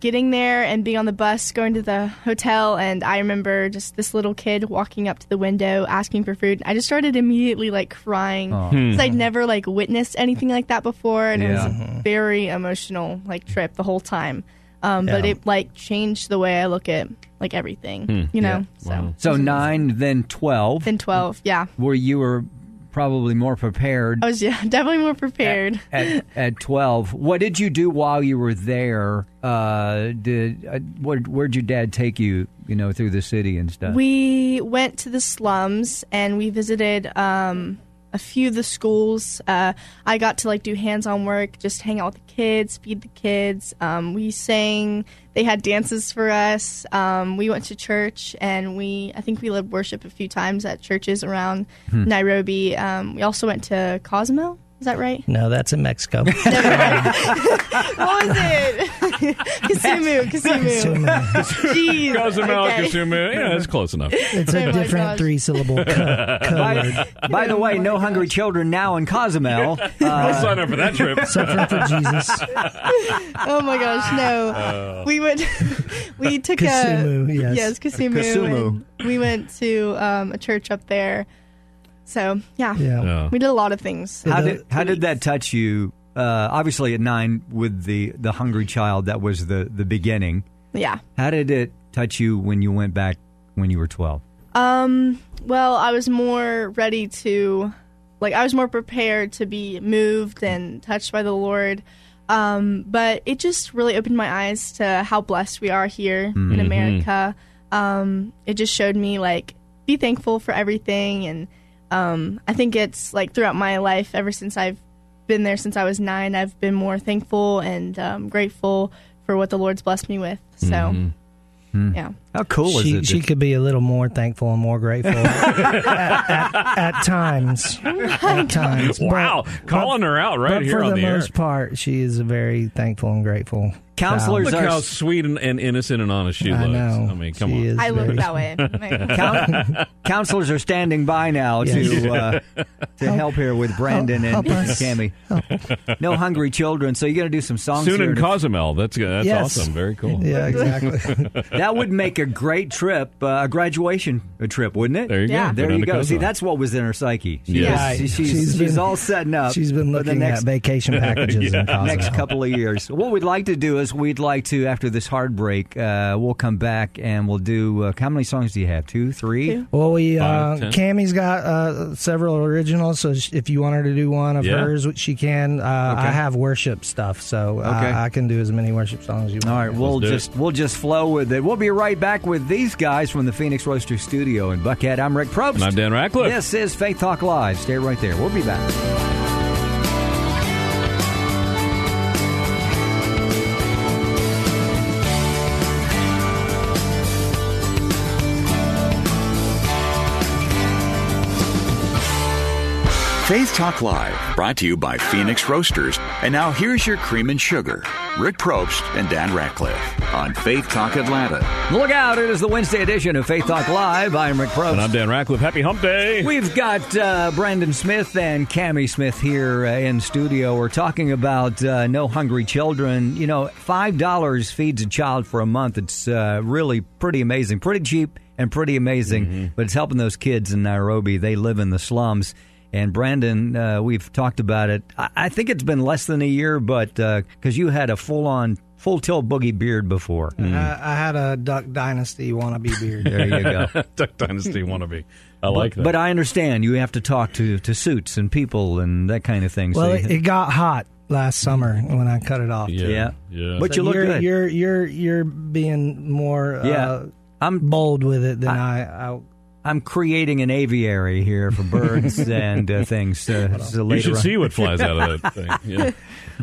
Speaker 9: getting there and being on the bus going to the hotel and I remember just this little kid walking up to the window asking for food. I just started immediately like crying
Speaker 12: Aw.
Speaker 9: cuz
Speaker 12: Hmm.
Speaker 9: I'd never like witnessed anything like that before and it was
Speaker 12: Yeah. Mm-hmm.
Speaker 9: a very emotional like trip the whole time. Um, but
Speaker 4: Yeah.
Speaker 9: it like changed the way I look at like everything, you know. So
Speaker 4: So nine, then twelve.
Speaker 9: Then 12, yeah.
Speaker 4: Where you were probably more prepared.
Speaker 9: I was yeah, [LAUGHS] definitely more prepared.
Speaker 4: at, at 12 what did you do while you were there uh did uh, where, where'd your dad take you you know through the city and stuff
Speaker 9: We went to the slums and we visited um, a
Speaker 10: a few of the schools. Uh, I got to like do hands-on work, just hang out with the kids, feed the kids. Um, we sang. They had dances for us. Um, we went to church, and we I think we led worship a few times at churches around
Speaker 8: Hmm.
Speaker 10: Nairobi. Um, we also went to Cozumel. Is that right?
Speaker 8: No, that's in
Speaker 4: [LAUGHS]
Speaker 8: Mexico.
Speaker 10: [LAUGHS] what was it? [LAUGHS] Kasumu, Kasumu. [LAUGHS] Jeez.
Speaker 3: Cozumel,
Speaker 10: okay. Oh
Speaker 3: Casumu. Yeah, that's close enough.
Speaker 8: It's
Speaker 4: Oh
Speaker 8: a different
Speaker 4: [LAUGHS]
Speaker 8: three syllable co- code
Speaker 4: By, [LAUGHS]
Speaker 8: word.
Speaker 4: by the way, no hungry children now
Speaker 3: [LAUGHS]
Speaker 4: in Cozumel. Uh,
Speaker 3: I'll [LAUGHS] sign up for that
Speaker 8: [LAUGHS]
Speaker 3: trip.
Speaker 8: Suffering for Jesus.
Speaker 10: Oh my gosh, no.
Speaker 8: Oh.
Speaker 10: we went. [LAUGHS] we took a
Speaker 8: Kasumu, yes.
Speaker 10: yes, Kasumu.
Speaker 8: Kasumu.
Speaker 10: and We went to um, a church up there. So yeah,
Speaker 4: Yeah. Yeah.
Speaker 10: we did a lot of things.
Speaker 4: How
Speaker 8: uh,
Speaker 4: did how did that touch you? Uh, obviously, at nine with the the hungry child, that was the the beginning.
Speaker 10: Yeah.
Speaker 4: How did it touch you when you went back when you were twelve?
Speaker 10: Um. Well, I was more ready to, like, I was more prepared to be moved and touched by the Lord. Um, but it just really opened my eyes to how blessed we are here in
Speaker 9: Mhm.
Speaker 10: America. Um, it just showed me like be thankful for everything, and um, I think it's like throughout my life, ever since I've been there since I was nine, I've been more thankful and um, grateful for what the Lord's blessed me with. So, yeah.
Speaker 4: How cool
Speaker 8: she,
Speaker 4: is it
Speaker 8: She
Speaker 4: that-
Speaker 8: could be a little more thankful and
Speaker 3: [LAUGHS]
Speaker 8: more grateful at, at- at times. At times. But-
Speaker 3: Wow, calling her out right
Speaker 8: but
Speaker 3: here
Speaker 8: for
Speaker 3: on
Speaker 8: the,
Speaker 3: the, air.
Speaker 8: most part, she is very thankful and grateful.
Speaker 3: Look
Speaker 8: child.
Speaker 3: how sweet and, and innocent and honest she
Speaker 8: I
Speaker 3: looks.
Speaker 8: know.
Speaker 3: I mean, come
Speaker 8: She
Speaker 3: on.
Speaker 8: is I look very
Speaker 10: that way.
Speaker 8: [LAUGHS]
Speaker 4: Coun- counselors are standing by now to uh, to help here with Brandon
Speaker 8: help
Speaker 4: and
Speaker 8: us.
Speaker 4: Cammy. No hungry children. So you're going to do some songs
Speaker 3: Soon
Speaker 4: here
Speaker 3: in
Speaker 4: in a-
Speaker 3: Cozumel. That's good. That's
Speaker 4: Yes.
Speaker 3: awesome. Very cool. [LAUGHS]
Speaker 8: Yeah, exactly.
Speaker 4: that would make a great trip, uh, a graduation trip, wouldn't it? There
Speaker 3: you go. Yeah. Go
Speaker 4: There
Speaker 3: down
Speaker 4: you
Speaker 3: to
Speaker 4: go. See,
Speaker 3: Cozumel.
Speaker 4: that's what was in her psyche. She
Speaker 3: Yes.
Speaker 4: was-
Speaker 3: Right.
Speaker 4: she- she's,
Speaker 3: She's
Speaker 4: she's,
Speaker 3: been-
Speaker 4: all setting up.
Speaker 8: she's
Speaker 4: for
Speaker 8: been
Speaker 4: the
Speaker 8: looking at
Speaker 4: next,
Speaker 3: [LAUGHS]
Speaker 8: vacation packages in Cozumel.
Speaker 4: Next couple of years. What we'd like to do is we'd like to, after this hard break, uh, we'll come back and we'll do. Uh, how many songs do you have? Two, three?
Speaker 8: Well, we
Speaker 4: Five,
Speaker 8: uh,
Speaker 4: ten.
Speaker 8: Cammy's got uh, several originals, so sh- if you want her to do one of
Speaker 4: Yeah.
Speaker 8: hers, she can. Uh,
Speaker 4: Okay.
Speaker 8: I have worship stuff, so uh,
Speaker 4: Okay.
Speaker 8: I, I can do as many worship songs as you want.
Speaker 4: All right, we'll just we'll just flow with it. We'll be right back with these guys from the Phoenix Roaster Studio in Buckhead. I'm Rick Probst.
Speaker 3: And I'm Dan Ratcliffe.
Speaker 4: This is Faith Talk Live. Stay right there. We'll be back.
Speaker 2: Faith Talk Live, brought to you by Phoenix Roasters. And now here's your cream and sugar, Rick Probst and Dan Ratcliffe on Faith Talk Atlanta.
Speaker 4: Look out! It is the Wednesday edition of Faith Talk Live. I'm Rick Probst.
Speaker 3: And I'm Dan Ratcliffe. Happy Hump Day.
Speaker 4: We've got uh, Brandon Smith and Cammy Smith here uh, in studio. We're talking about uh, no hungry children. You know, five dollars feeds a child for a month. It's uh, really pretty amazing, pretty cheap, and pretty amazing.
Speaker 3: Mm-hmm.
Speaker 4: But it's helping those kids in Nairobi. They live in the slums. And Brandon, uh, we've talked about it. I, I think it's been less than a year, but because you had a full-on, full till boogie beard before.
Speaker 3: Mm.
Speaker 8: I, I had a Duck Dynasty wannabe
Speaker 4: [LAUGHS]
Speaker 8: beard.
Speaker 4: There you go.
Speaker 3: [LAUGHS] Duck
Speaker 4: [LAUGHS]
Speaker 3: Dynasty wannabe. I
Speaker 4: But-
Speaker 3: like that.
Speaker 4: But I understand you have to talk to, to suits and people and that kind of thing. so
Speaker 8: Well,
Speaker 4: you-
Speaker 8: it, it got hot last summer when I cut it off.
Speaker 4: Mm. Yeah,
Speaker 8: too.
Speaker 4: yeah. Yeah. But you look
Speaker 8: you're,
Speaker 4: good.
Speaker 8: You're you're you're being more
Speaker 4: Yeah.
Speaker 8: uh,
Speaker 4: I'm
Speaker 8: bold with it than I. I,
Speaker 4: I'm creating an aviary here for
Speaker 8: [LAUGHS]
Speaker 4: birds and uh, things. Uh, so later
Speaker 3: you should
Speaker 4: on.
Speaker 3: see what flies out of
Speaker 4: [LAUGHS]
Speaker 3: that thing. Yeah.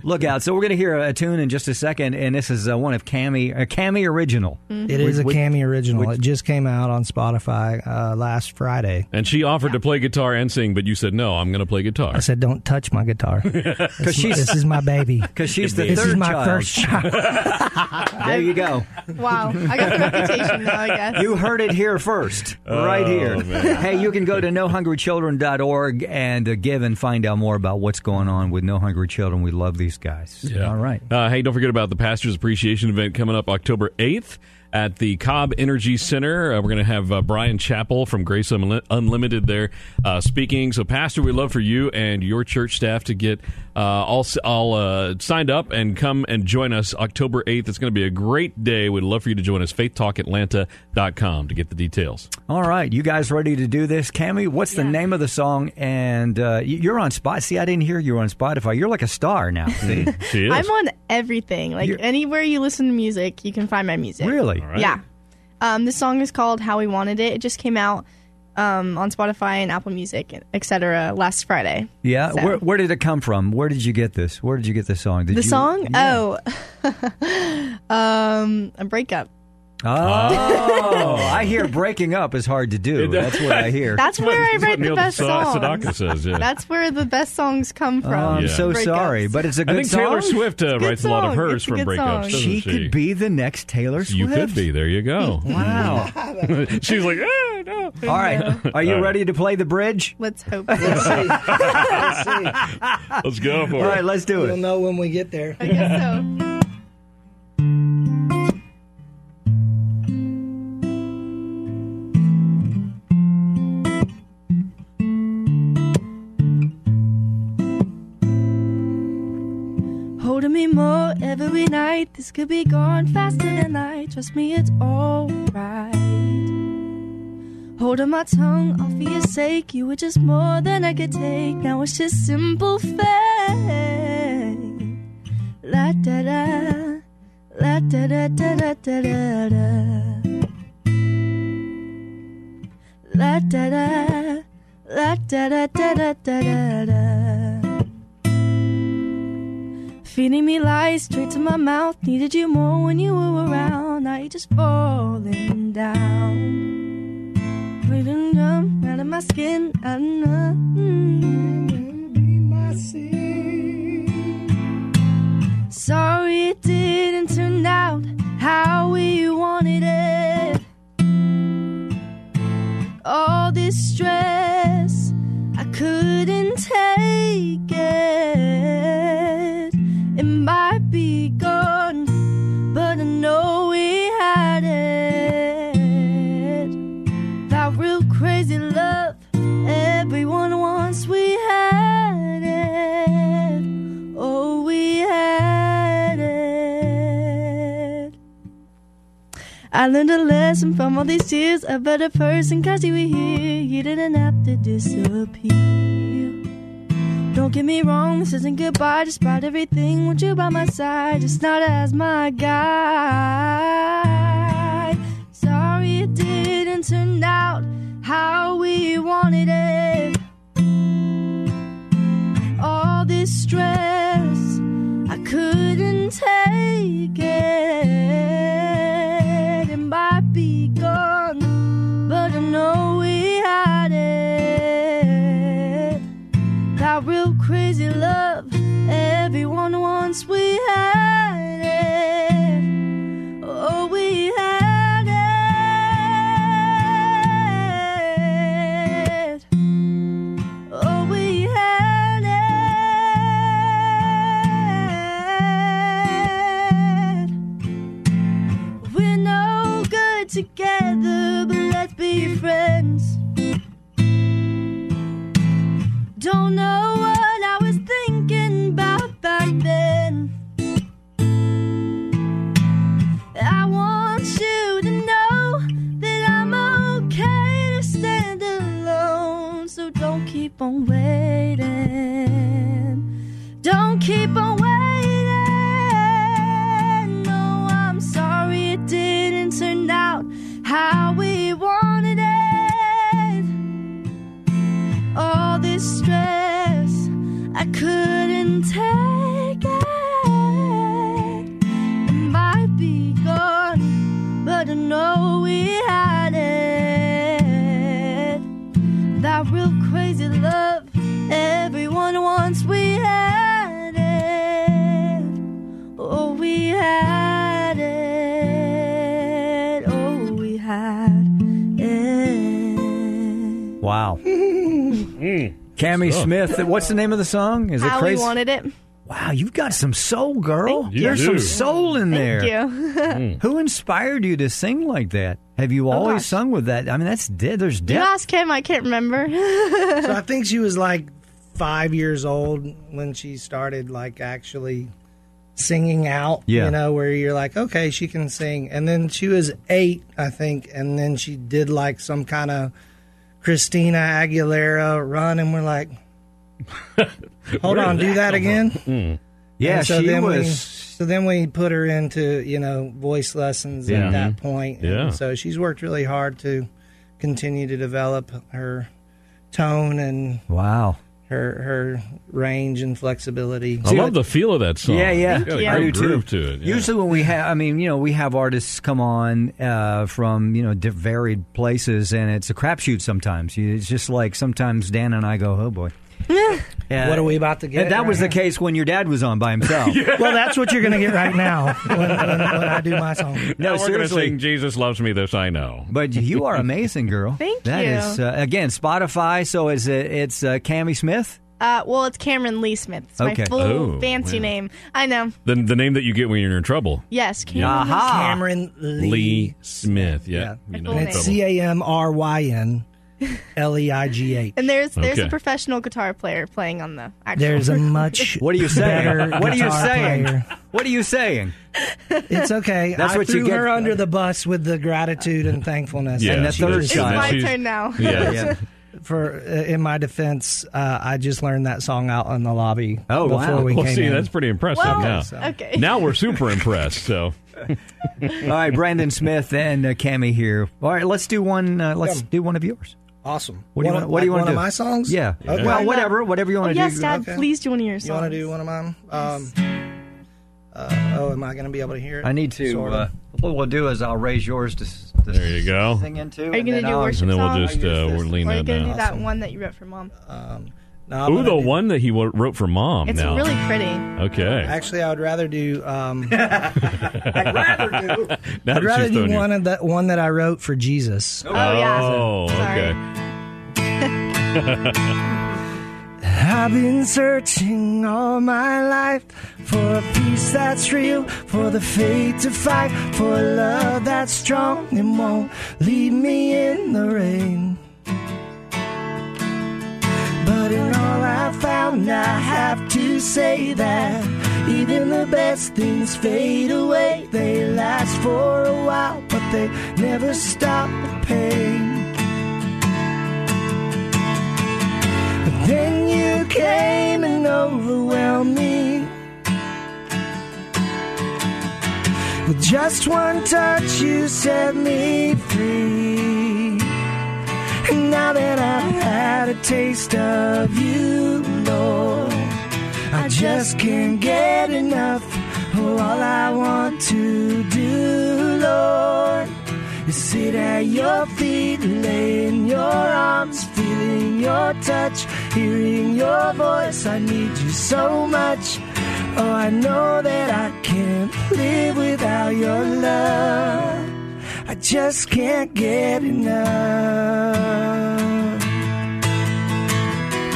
Speaker 4: Look out! So we're going to hear a tune in just a second, and this is uh, one of Cammy a Cammy original.
Speaker 8: It is a
Speaker 4: Which-
Speaker 8: Cammy original.
Speaker 4: which-
Speaker 8: it just came out on Spotify uh, last Friday.
Speaker 3: And she offered to play guitar and sing, but you said, no, I'm going to play guitar.
Speaker 8: I said, "Don't touch
Speaker 4: [LAUGHS]
Speaker 8: my guitar. This,
Speaker 3: she's-
Speaker 8: this is my baby.
Speaker 4: 'Cause she's the
Speaker 8: this is
Speaker 4: [LAUGHS] third
Speaker 8: my
Speaker 4: child. [LAUGHS]
Speaker 8: first child.
Speaker 4: There you go.
Speaker 10: Wow, I got the reputation now. I
Speaker 3: [LAUGHS]
Speaker 10: guess.
Speaker 4: You heard it here first, right
Speaker 3: Oh,
Speaker 4: here.
Speaker 3: man.
Speaker 4: Hey, you can go to nohungrychildren.org and uh, give and find out more about what's going on with No Hungry Children. We love these guys.
Speaker 3: Yeah.
Speaker 4: All right.
Speaker 3: Uh, hey, don't forget about the Pastors Appreciation event coming up October 8th at the Cobb Energy Center. Uh, we're going to have uh, Brian Chappell from Grace Unli- Unlimited there uh, speaking. So, Pastor, we love for you and your church staff to get uh, all, all uh, signed up and come and join us October 8th. It's going to be a great day. We'd love for you to join us. FaithTalkAtlanta.com to get the
Speaker 9: [LAUGHS]
Speaker 3: details.
Speaker 4: All right, you guys ready to do this? Cammy, what's the name of the song? And uh, y- you're on Spotify. See, I didn't hear you were on Spotify. You're like a
Speaker 3: [LAUGHS]
Speaker 4: star now. See?
Speaker 3: she
Speaker 10: I'm on everything. Like
Speaker 4: You're-
Speaker 10: anywhere you listen to music, you can find my music.
Speaker 4: Really? All right.
Speaker 10: Yeah. Um, this song is called "How We Wanted It." It just came out
Speaker 9: um, on Spotify and Apple Music, etc. Last Friday.
Speaker 4: Yeah.
Speaker 9: So.
Speaker 4: Where, where did it come from? Where did you get this? Where did you get this song? Did
Speaker 9: the
Speaker 4: you,
Speaker 9: song? Oh, [LAUGHS] um, a breakup.
Speaker 3: [LAUGHS]
Speaker 4: Oh, I hear breaking up is hard to do. That's what I hear.
Speaker 9: That's where I write the best songs.
Speaker 3: Sedaka says, yeah.
Speaker 9: [LAUGHS] That's where the best songs come
Speaker 4: Oh,
Speaker 9: from.
Speaker 4: I'm so
Speaker 9: Breakups.
Speaker 4: sorry, but it's
Speaker 3: I
Speaker 4: a good
Speaker 3: think
Speaker 4: song.
Speaker 3: Taylor Swift uh, writes a lot of
Speaker 9: song.
Speaker 3: hers
Speaker 9: It's a
Speaker 3: from
Speaker 9: good
Speaker 3: breakups.
Speaker 9: song.
Speaker 3: doesn't
Speaker 4: She
Speaker 3: She
Speaker 4: could be the next Taylor Swift.
Speaker 3: You could be. There you go.
Speaker 4: Wow.
Speaker 3: [LAUGHS] She's like, ah, no.
Speaker 4: All right. Are you
Speaker 3: All right.
Speaker 4: ready to play the bridge?
Speaker 9: Let's
Speaker 4: [LAUGHS]
Speaker 9: hope.
Speaker 3: Let's go for
Speaker 4: All right, let's do
Speaker 8: We'll
Speaker 4: it.
Speaker 8: know when we get there.
Speaker 9: [LAUGHS] I guess so. Holding me more every night. This could be gone faster than light. Trust me, it's alright. Holding my tongue off for your sake. You were just more than I could take. Now it's just simple fact. La da da. La da da da da da da da. La da da. La da da da da da da da. Feeding me lies straight to my mouth. Needed you more when you were around. Now you're just falling down. Breathing down out of my skin. I know. Sorry it didn't turn out how we wanted it. All this stress, I couldn't take it. It might be gone, but I know we had it. That real crazy love everyone wants, we had it. Oh, we had it. I learned a lesson from all these tears. A better person, cause you were here. You didn't have to disappear. Don't get me wrong, this isn't goodbye. Despite everything, want you by my side, just not as my guy. Sorry it didn't turn out how we wanted it. All this stress, I couldn't take it. It might be gone, but I know we had it. That real crazy love everyone wants, we had it. Oh, we had it. Oh, we had it. We're no good together, but let's be friends. Don't know what I was thinking about back then. I want you to know that I'm okay to stand alone. So don't keep on waiting. Don't keep on waiting. No, I'm sorry it didn't turn out how we wanted it all this stress. I couldn't take it. It might be gone, but I know we had it. That real crazy love everyone wants, we had it. Oh, we had it. Oh, we had it.
Speaker 3: [LAUGHS]
Speaker 4: Wow.
Speaker 3: Mm.
Speaker 4: Cammy Smith. What's the name of the song? Is it
Speaker 9: How
Speaker 4: crazy?
Speaker 9: we wanted it.
Speaker 4: Wow, you've got some soul, girl.
Speaker 3: you.
Speaker 4: There's
Speaker 3: You
Speaker 4: some
Speaker 3: do.
Speaker 4: soul in there.
Speaker 9: Thank you.
Speaker 4: Who inspired you to sing like that? Have you always
Speaker 9: gosh.
Speaker 4: sung with that? I mean, that's dead. There's
Speaker 9: you
Speaker 4: depth.
Speaker 9: ask him. I can't remember. [LAUGHS]
Speaker 8: So I think she was like five years old when she started like actually singing out.
Speaker 4: Yeah.
Speaker 8: You know, where you're like, okay, she can sing. And then she was eight, I think, and then she did like some kind of Christina Aguilera run and
Speaker 3: [LAUGHS]
Speaker 8: we're like Hold
Speaker 3: Where
Speaker 8: on,
Speaker 3: did
Speaker 8: do
Speaker 3: that
Speaker 8: that again.
Speaker 3: Uh-huh.
Speaker 4: Yeah,
Speaker 8: And so
Speaker 4: she
Speaker 8: then We,
Speaker 4: was.
Speaker 8: so then we put her into you know voice lessons
Speaker 3: Yeah. Mm-hmm.
Speaker 8: at that point. And
Speaker 3: Yeah.
Speaker 8: So she's worked really hard to continue to develop her tone and
Speaker 4: Wow.
Speaker 8: her her range and flexibility.
Speaker 4: Oh.
Speaker 3: I love the feel of that song.
Speaker 4: Yeah, yeah,
Speaker 3: It's Oh, got a
Speaker 4: I do
Speaker 3: great
Speaker 4: too.
Speaker 3: groove to it. yeah.
Speaker 4: Usually, when we have, I mean, you know, we have artists come on uh, from you know diff- varied places, and it's a crapshoot sometimes. You- It's just like sometimes Dan and I go, "Oh boy, yeah,
Speaker 8: What are we about to get
Speaker 4: And that
Speaker 8: right
Speaker 4: was the
Speaker 8: here?
Speaker 4: case when your dad was on
Speaker 3: [LAUGHS]
Speaker 4: by himself.
Speaker 8: well, that's what you're going to get right now when, when, when I do my song.
Speaker 3: Now
Speaker 4: No,
Speaker 3: we're gonna
Speaker 4: seriously.
Speaker 3: sing Jesus loves me. This I know.
Speaker 4: But you
Speaker 9: [LAUGHS]
Speaker 4: are amazing, girl.
Speaker 9: Thank
Speaker 4: That
Speaker 9: you.
Speaker 4: is uh, again Spotify. So is it? It's uh, Cammy Smith.
Speaker 9: Uh, well, it's Cameron Lee Smith. It's
Speaker 4: Okay.
Speaker 9: my full
Speaker 3: Oh,
Speaker 9: fancy
Speaker 3: wow.
Speaker 9: name. I know.
Speaker 3: The the name that you get when you're in trouble.
Speaker 9: Yes,
Speaker 8: Oh,
Speaker 9: Cameron.
Speaker 4: Aha.
Speaker 9: Lee Smith.
Speaker 8: [LAUGHS] Cameron Lee.
Speaker 3: Lee Smith. Yeah.
Speaker 8: Yeah.
Speaker 3: You know,
Speaker 9: Full
Speaker 3: in
Speaker 8: And it's
Speaker 3: trouble.
Speaker 8: C A M R Y N L E I G H.
Speaker 9: And there's there's
Speaker 3: Okay.
Speaker 9: a professional guitar player playing on the actual. [LAUGHS]
Speaker 8: There's a much
Speaker 4: [LAUGHS] What are you saying?
Speaker 8: better
Speaker 4: what are you
Speaker 8: guitar
Speaker 4: saying?
Speaker 8: player.
Speaker 4: What are you saying?
Speaker 8: It's okay.
Speaker 4: That's
Speaker 8: I
Speaker 4: what you
Speaker 8: threw
Speaker 4: get.
Speaker 8: her under the bus with the gratitude and thankfulness.
Speaker 3: Yeah.
Speaker 4: And the
Speaker 8: She
Speaker 4: third
Speaker 8: was-
Speaker 9: it's
Speaker 4: shot.
Speaker 9: my
Speaker 3: She's-
Speaker 9: turn now.
Speaker 3: Yeah.
Speaker 4: Yeah.
Speaker 8: For uh, in my defense, uh, I just learned that song out in the lobby.
Speaker 4: Oh, wow.
Speaker 8: before we
Speaker 3: Well,
Speaker 8: came
Speaker 3: see,
Speaker 8: in.
Speaker 3: that's pretty impressive.
Speaker 9: Well,
Speaker 3: now,
Speaker 9: okay.
Speaker 3: [LAUGHS] now we're super impressed. So
Speaker 4: All right, Brandon Smith and uh, Cammy here. All right, let's do one. Uh, let's do one of yours.
Speaker 8: awesome.
Speaker 4: What do you
Speaker 8: One
Speaker 4: want?
Speaker 8: of-
Speaker 4: What do you
Speaker 8: like
Speaker 4: want to do?
Speaker 8: one of my songs?
Speaker 4: Yeah.
Speaker 8: Okay.
Speaker 4: Well, whatever, whatever you
Speaker 9: Oh,
Speaker 4: want to
Speaker 9: yes,
Speaker 4: do.
Speaker 9: Dad.
Speaker 8: okay.
Speaker 9: Please do one of your songs.
Speaker 8: You want to do one of mine? Um, uh, oh, am I going to be able to hear it?
Speaker 4: I need to.
Speaker 8: Sort of.
Speaker 4: Uh, what we'll do is I'll raise yours to, s- to
Speaker 3: there you go.
Speaker 4: sing into.
Speaker 9: Are you gonna do worship
Speaker 3: And then
Speaker 9: song?
Speaker 3: we'll just uh, we'll lean
Speaker 9: Or are you
Speaker 3: that
Speaker 9: gonna do
Speaker 3: down.
Speaker 9: that one that you wrote for mom?
Speaker 8: Um, No, I'm
Speaker 3: Ooh,
Speaker 8: gonna
Speaker 3: the
Speaker 8: do-
Speaker 3: one that he wa- wrote for mom.
Speaker 9: It's
Speaker 3: now,
Speaker 9: really pretty.
Speaker 3: okay.
Speaker 8: Actually, I would rather do.
Speaker 3: [LAUGHS]
Speaker 8: Um,
Speaker 9: [LAUGHS]
Speaker 3: Now
Speaker 8: I'd
Speaker 3: that
Speaker 8: rather
Speaker 3: she's
Speaker 8: do
Speaker 3: thrown you-
Speaker 8: one of that one that I wrote for Jesus.
Speaker 9: Oh, yeah.
Speaker 3: Oh,
Speaker 9: Sorry.
Speaker 3: okay.
Speaker 8: I've been searching all my life for a peace that's real, for the faith to fight, for a love that's strong and won't leave me in the rain. But in all I found, I have to say that even the best things fade away. They last for a while, but they never stop the pain. But then you came and overwhelmed me. With just one touch, you set me free. And now that I've had a taste of you, Lord, I just can't get enough. Oh, all I want to do, Lord, is sit at your feet, lay in your arms, feeling your touch, hearing your voice. I need you so much. Oh, I know that I can't live without your love. I just can't get enough.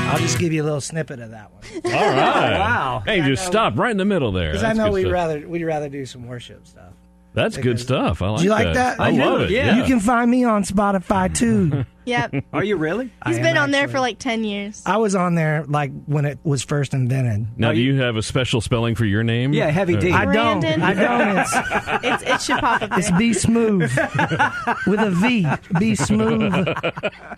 Speaker 8: I'll just give you a little snippet of that one
Speaker 3: All right.
Speaker 4: [LAUGHS] Wow.
Speaker 3: Hey, just stop right in the middle there.
Speaker 8: because I
Speaker 3: That's
Speaker 8: know
Speaker 3: good
Speaker 8: we'd
Speaker 3: stuff.
Speaker 8: rather we'd rather do some worship stuff.
Speaker 3: That's good stuff. I like.
Speaker 8: Do you like that?
Speaker 3: I,
Speaker 8: I do.
Speaker 3: love it.
Speaker 4: Yeah.
Speaker 3: Yeah.
Speaker 8: You can find me on Spotify
Speaker 3: [LAUGHS]
Speaker 8: too.
Speaker 9: Yep. He's
Speaker 4: Are you really?
Speaker 8: I am
Speaker 9: been on there for
Speaker 8: actually-
Speaker 9: like ten years.
Speaker 8: I was on there like when it was first invented.
Speaker 3: Now, do you have a special spelling for your name? Uh,
Speaker 4: Yeah, heavy D.
Speaker 8: I don't.
Speaker 9: Brandon.
Speaker 8: I don't.
Speaker 9: [LAUGHS]
Speaker 8: It's,
Speaker 9: It's it should pop up.
Speaker 8: it's
Speaker 9: there.
Speaker 8: be smooth with a V. Be smooth.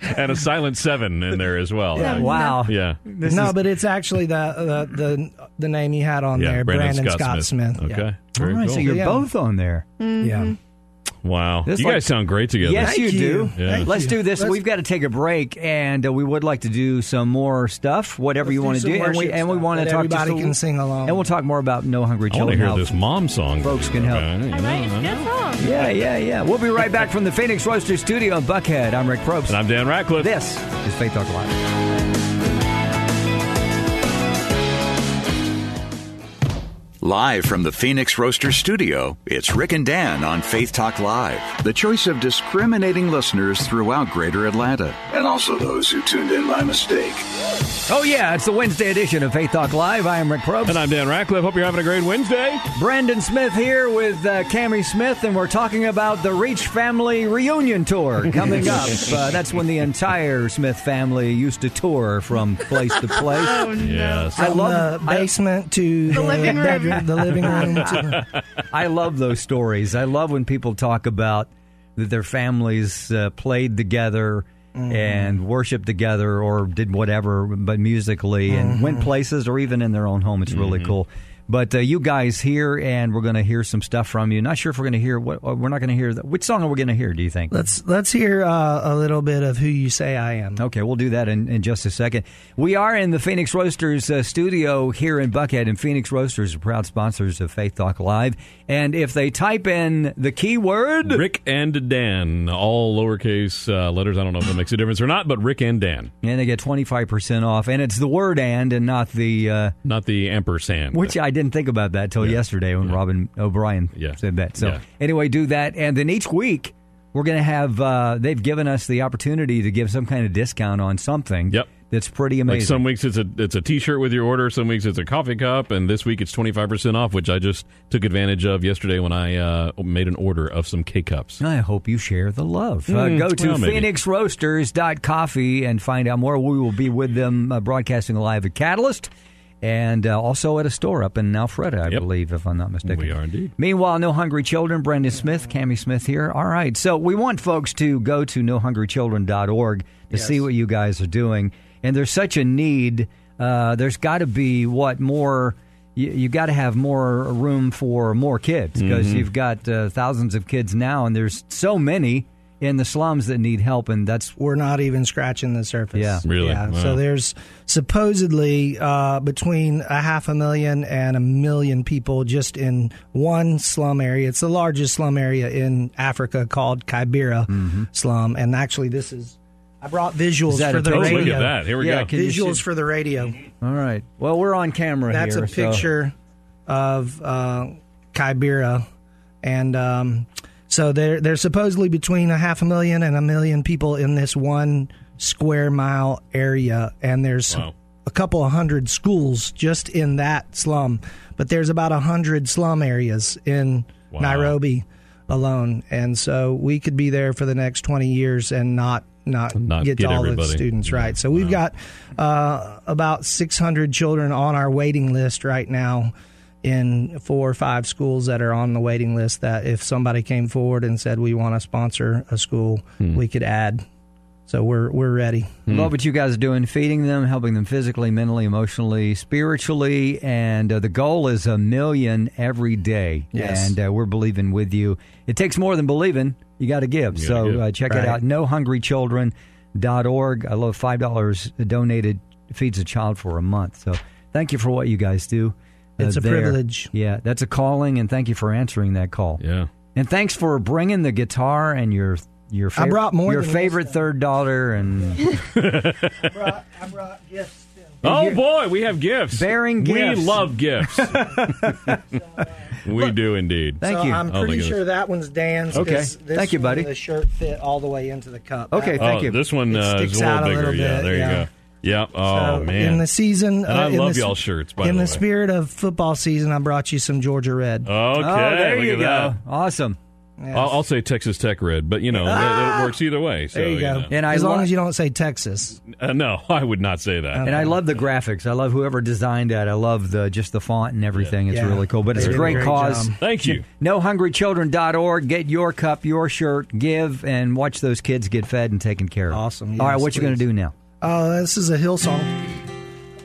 Speaker 3: and a silent seven
Speaker 4: [LAUGHS]
Speaker 3: in there as well.
Speaker 9: Yeah.
Speaker 4: Wow.
Speaker 3: Yeah.
Speaker 8: no, but it's actually the, the the the name you had on
Speaker 3: Yeah,
Speaker 8: there,
Speaker 3: Brandon,
Speaker 8: Brandon, Scott, Smith.
Speaker 3: Okay.
Speaker 8: Yeah.
Speaker 3: Very
Speaker 4: All right,
Speaker 3: cool.
Speaker 4: so you're
Speaker 8: Yeah.
Speaker 4: both on there.
Speaker 9: Mm-hmm.
Speaker 8: Yeah.
Speaker 3: wow.
Speaker 4: This
Speaker 3: you
Speaker 4: like-
Speaker 3: guys sound great together.
Speaker 4: Yes, you, do.
Speaker 8: Thank you.
Speaker 3: Yeah. Thank
Speaker 4: Let's
Speaker 8: you.
Speaker 4: do this.
Speaker 8: Let's-
Speaker 4: We've got to take a break, and uh, we would like to do some more stuff, whatever
Speaker 8: Let's
Speaker 4: you
Speaker 8: do
Speaker 4: want to
Speaker 8: some
Speaker 4: do, and we
Speaker 8: worship
Speaker 4: and we
Speaker 8: stuff
Speaker 4: want to
Speaker 8: that
Speaker 4: talk.
Speaker 8: everybody
Speaker 4: just a-
Speaker 8: can sing along.
Speaker 4: and we'll talk more about No Hungry
Speaker 3: I want to
Speaker 4: Children.
Speaker 3: hear
Speaker 4: how
Speaker 3: this mom song.
Speaker 4: Folks can help.
Speaker 3: Okay, you
Speaker 9: All right, it's
Speaker 3: know,
Speaker 9: a good song.
Speaker 4: Yeah, yeah, yeah. We'll be right back from the Phoenix Roaster Studio in Buckhead. I'm Rick Probst.
Speaker 3: And I'm Dan Ratcliffe.
Speaker 4: This is Faith Talk Live.
Speaker 2: Live from the Phoenix Roaster Studio, it's Rick and Dan on Faith Talk Live, the choice of discriminating listeners throughout Greater Atlanta, and also those who tuned in by mistake.
Speaker 4: Oh, yeah, it's the Wednesday edition of Faith Talk Live. I am Rick Probst.
Speaker 3: And I'm Dan Ratcliffe. Hope you're having a great Wednesday.
Speaker 4: Brandon Smith here with uh, Cammy Smith, and we're talking about the Reach Family Reunion Tour coming up. uh, that's when the entire Smith family used to tour from place to place.
Speaker 3: Yes.
Speaker 4: I
Speaker 8: From
Speaker 4: love
Speaker 8: the
Speaker 4: I-
Speaker 8: basement to the,
Speaker 9: living room.
Speaker 8: bedroom, [LAUGHS] the living room
Speaker 4: [LAUGHS]
Speaker 8: to the,
Speaker 4: I love those stories. I love when people talk about that their families uh, played together and worshiped together or did whatever, but musically and went places or even in their own home. It's really cool. But uh, you guys here, and we're going to hear some stuff from you. Not sure if we're going to hear what uh, we're not going to hear. That. Which song are we going to hear? Do you think?
Speaker 8: Let's let's hear uh, a little bit of who you say I am.
Speaker 4: Okay, we'll do that in, in just a second. We are in the Phoenix Roasters uh, studio here in Buckhead, and Phoenix Roasters are proud sponsors of Faith Talk Live. And if they type in the keyword
Speaker 3: Rick and Dan, all lowercase uh, letters. I don't know if that makes a difference or not, but Rick and Dan.
Speaker 4: and they get twenty five percent off, and it's the word and and not the uh,
Speaker 3: not the ampersand,
Speaker 4: which I didn't think about that till yesterday when Robin O'Brien said that. So
Speaker 3: Yeah.
Speaker 4: anyway, do that, and then each week we're going to have. Uh, they've given us the opportunity to give some kind of discount on something. Yep, that's pretty amazing.
Speaker 3: Like some weeks it's a it's a T-shirt with your order, some weeks it's a coffee cup, and this week it's twenty five percent off, which I just took advantage of yesterday when I uh, made an order of some K cups.
Speaker 4: I hope you share the love. Uh,
Speaker 3: Mm,
Speaker 4: go to
Speaker 3: well, maybe.
Speaker 4: phoenixroasters.coffee and find out more. We will be with them uh, broadcasting live at Catalyst and uh, also at a store up in Alfreda, I believe, if I'm not mistaken. We are indeed. Meanwhile, No Hungry Children, Brendan Smith, Cammy Smith here. All right. So we want folks to go to nohungrychildren.org to see what you guys are doing. And there's such a need. Uh, there's got to be what more. You, you got to have more room for more kids because
Speaker 10: Mhm.
Speaker 8: Mm-hmm.
Speaker 4: you've you've got uh, thousands of kids now, and there's so many in the slums that need help, and that's
Speaker 8: we're not even scratching the surface.
Speaker 4: Yeah,
Speaker 8: Yeah. So there's supposedly uh, between a half a million and a million people just in one slum area. It's the largest slum area in Africa called Kibera slum, and actually this is. I brought
Speaker 4: Mm-hmm.
Speaker 8: visuals
Speaker 4: Is that
Speaker 8: for
Speaker 4: a
Speaker 8: the
Speaker 4: picture?
Speaker 8: radio.
Speaker 4: Oh, Look at that. Here we
Speaker 8: yeah,
Speaker 4: go. Can you
Speaker 8: Visuals
Speaker 4: see-
Speaker 8: for the radio.
Speaker 4: all right. Well, we're on camera.
Speaker 8: That's
Speaker 4: here,
Speaker 8: a
Speaker 4: so-
Speaker 8: picture of uh, Kibera, and um, so there there's supposedly between a half a million and a million people in this one square mile area, and there's a couple of hundred schools just in that slum, but there's about a hundred slum areas in Nairobi alone, and so we could be there for the next twenty years and not. Not,
Speaker 3: Not
Speaker 8: get, to
Speaker 3: get
Speaker 8: all the
Speaker 3: everybody.
Speaker 8: students right. So we've got uh, about 600 children on our waiting list right now in four or five schools that are on the waiting list that if somebody came forward and said we want to sponsor a school
Speaker 3: Hmm.
Speaker 8: we could add so we're we're ready
Speaker 4: Love what you guys are doing, feeding them, helping them physically, mentally, emotionally, spiritually, and uh, the goal is a million every day.
Speaker 10: Yes.
Speaker 4: And uh, we're believing with you. It takes more than believing. You got to give. so
Speaker 10: give.
Speaker 4: Uh, check
Speaker 10: Right.
Speaker 4: it out. NoHungryChildren.org. I love $5 donated feeds a child for a month. So thank you for what you guys do. uh,
Speaker 8: It's a
Speaker 4: there.
Speaker 8: privilege.
Speaker 4: Yeah, that's a calling, and thank you for answering that call.
Speaker 3: Yeah.
Speaker 4: And thanks for bringing the guitar and your your
Speaker 8: I
Speaker 4: fav-
Speaker 8: brought more
Speaker 4: your
Speaker 8: than
Speaker 4: favorite third daughter
Speaker 8: [LAUGHS]
Speaker 4: and
Speaker 3: Oh boy, we have gifts.
Speaker 4: Bearing gifts.
Speaker 3: We love
Speaker 8: [LAUGHS]
Speaker 3: gifts. we do indeed.
Speaker 8: So i'm
Speaker 3: Oh,
Speaker 8: pretty
Speaker 3: look at
Speaker 8: sure that one's dan's 'cause
Speaker 3: Okay.
Speaker 8: this
Speaker 3: Thank you,
Speaker 8: one,
Speaker 3: buddy.
Speaker 8: the shirt fit all the way into the cup
Speaker 3: this.
Speaker 8: That-
Speaker 3: oh, This one
Speaker 8: it
Speaker 3: uh,
Speaker 8: sticks
Speaker 3: is a little
Speaker 8: out a
Speaker 3: bigger.
Speaker 8: little
Speaker 3: yeah,
Speaker 8: bit,
Speaker 3: there
Speaker 8: yeah.
Speaker 3: you go. Yeah. Oh
Speaker 8: So,
Speaker 3: man.
Speaker 8: in the season
Speaker 3: And I
Speaker 8: uh, in
Speaker 3: love
Speaker 8: the,
Speaker 3: y'all shirts. By
Speaker 8: in
Speaker 3: the,
Speaker 8: the,
Speaker 3: way.
Speaker 8: spirit of football season i brought you some georgia red
Speaker 3: Okay.
Speaker 4: Oh,
Speaker 3: look at that.
Speaker 4: Awesome.
Speaker 3: I'll, I'll say Texas Tech red, but you know it, it works either way. So,
Speaker 8: Ah! there you go
Speaker 3: know.
Speaker 4: And I
Speaker 8: as long
Speaker 4: lo-
Speaker 8: as you don't say texas
Speaker 3: Uh, no, [LAUGHS] I would not say that.
Speaker 4: And I love the graphics. I love whoever designed that. I love the just the font and everything. It's
Speaker 3: Yeah.
Speaker 4: really cool. But it's
Speaker 3: They
Speaker 4: a
Speaker 3: did a
Speaker 4: great,
Speaker 3: great
Speaker 4: cause.
Speaker 3: job. Thank you.
Speaker 4: NoHungryChildren.org. Get your cup, your shirt, give, and watch those kids get fed and taken care of. Awesome. All right,
Speaker 8: Yes,
Speaker 4: what you going to
Speaker 8: please.
Speaker 4: do now?
Speaker 8: Uh, this is a Hillsong,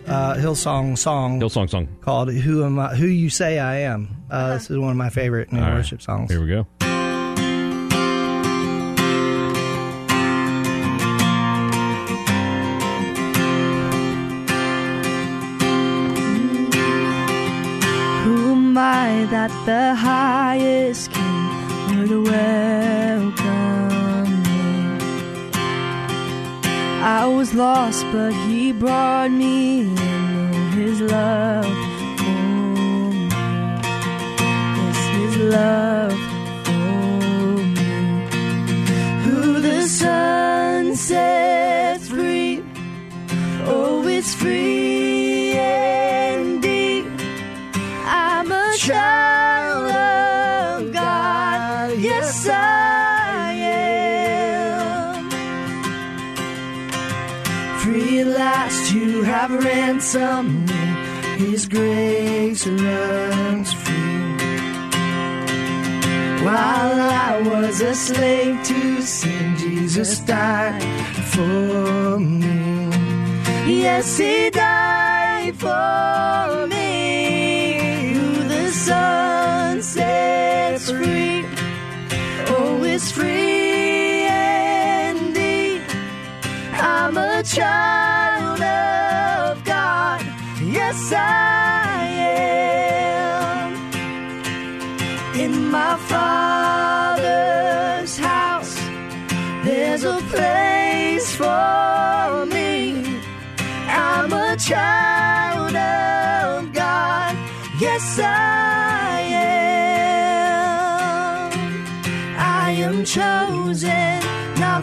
Speaker 8: uh, Hillsong song.
Speaker 3: Hillsong song
Speaker 8: called "Who Am I? Who You Say I Am." Uh, this is one of my favorite new
Speaker 3: All right.
Speaker 8: worship songs.
Speaker 3: Here we go.
Speaker 11: Who am I that the highest king would welcome me? I was lost, but he brought me in oh, his love for me. Yes, his love for me. Who the sun sets free, oh, it's free indeed. I'm a child of God. Yes, I am. Free at last, you have ransomed me. His grace runs free. While I was a slave to sin, Jesus died for me. Yes, He died for me. sun sets free. Oh, it's free and deep. I'm a child of God. Yes, I am. In my father's house, there's a place for me. I'm a child of God. Yes, I am. I am chosen, not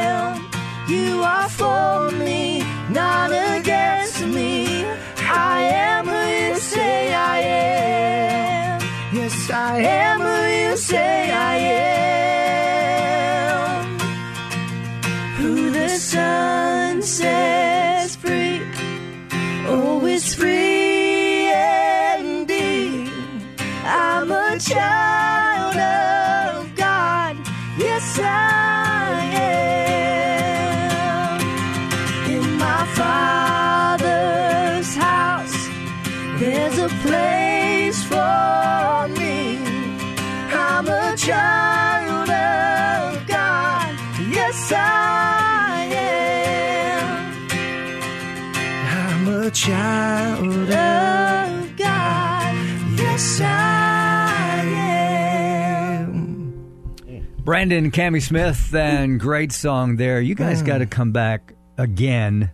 Speaker 11: You are for me, not against me. I am who you say I am. Yes, I am who you say I am. Who the sun sets free. Oh, it's free and deep. I'm a child of God. Yes, I am. In my Father's house, there's a place for me. I'm a child of God. Yes, I am. I'm a child of God. Yes, I am.
Speaker 4: Brandon Cammy Smith and great song there. You guys
Speaker 11: Mm.
Speaker 4: got to come back again.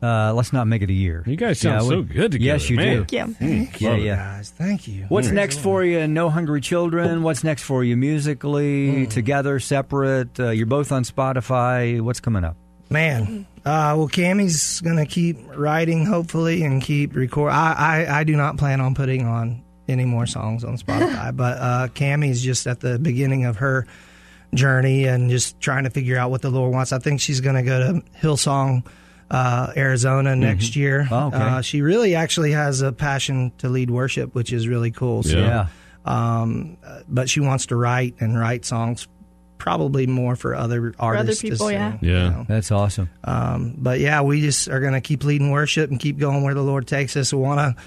Speaker 4: Uh, let's not make it a year. You
Speaker 3: guys sound so good together,
Speaker 4: Yes, you
Speaker 3: man.
Speaker 4: do.
Speaker 3: Thank you. Mm,
Speaker 4: Yeah,
Speaker 3: love it.
Speaker 4: yeah.
Speaker 8: Guys, thank you.
Speaker 4: What's
Speaker 8: Mm.
Speaker 4: next for you? in No Hungry Children. What's next for you musically? Together, separate. Uh, you're both on Spotify. What's coming up?
Speaker 8: Man, uh, well, Cammy's gonna keep writing, hopefully, and keep record. I, I I do not plan on putting on any more songs on Spotify, but uh, Cammy's just at the beginning of her journey and just trying to figure out what the Lord wants. I think she's gonna go to Hillsong, uh, Arizona next year.
Speaker 4: Oh, okay.
Speaker 8: uh, she really actually has a passion to lead worship, which is really cool. So,
Speaker 4: Yeah.
Speaker 8: Um, uh, but she wants to write and write songs. Probably more for other artists. to
Speaker 9: people, yeah.
Speaker 8: sing.
Speaker 3: Yeah,
Speaker 4: that's awesome.
Speaker 8: Um, but yeah, we just are going to keep leading worship and keep going where the Lord takes us. We want to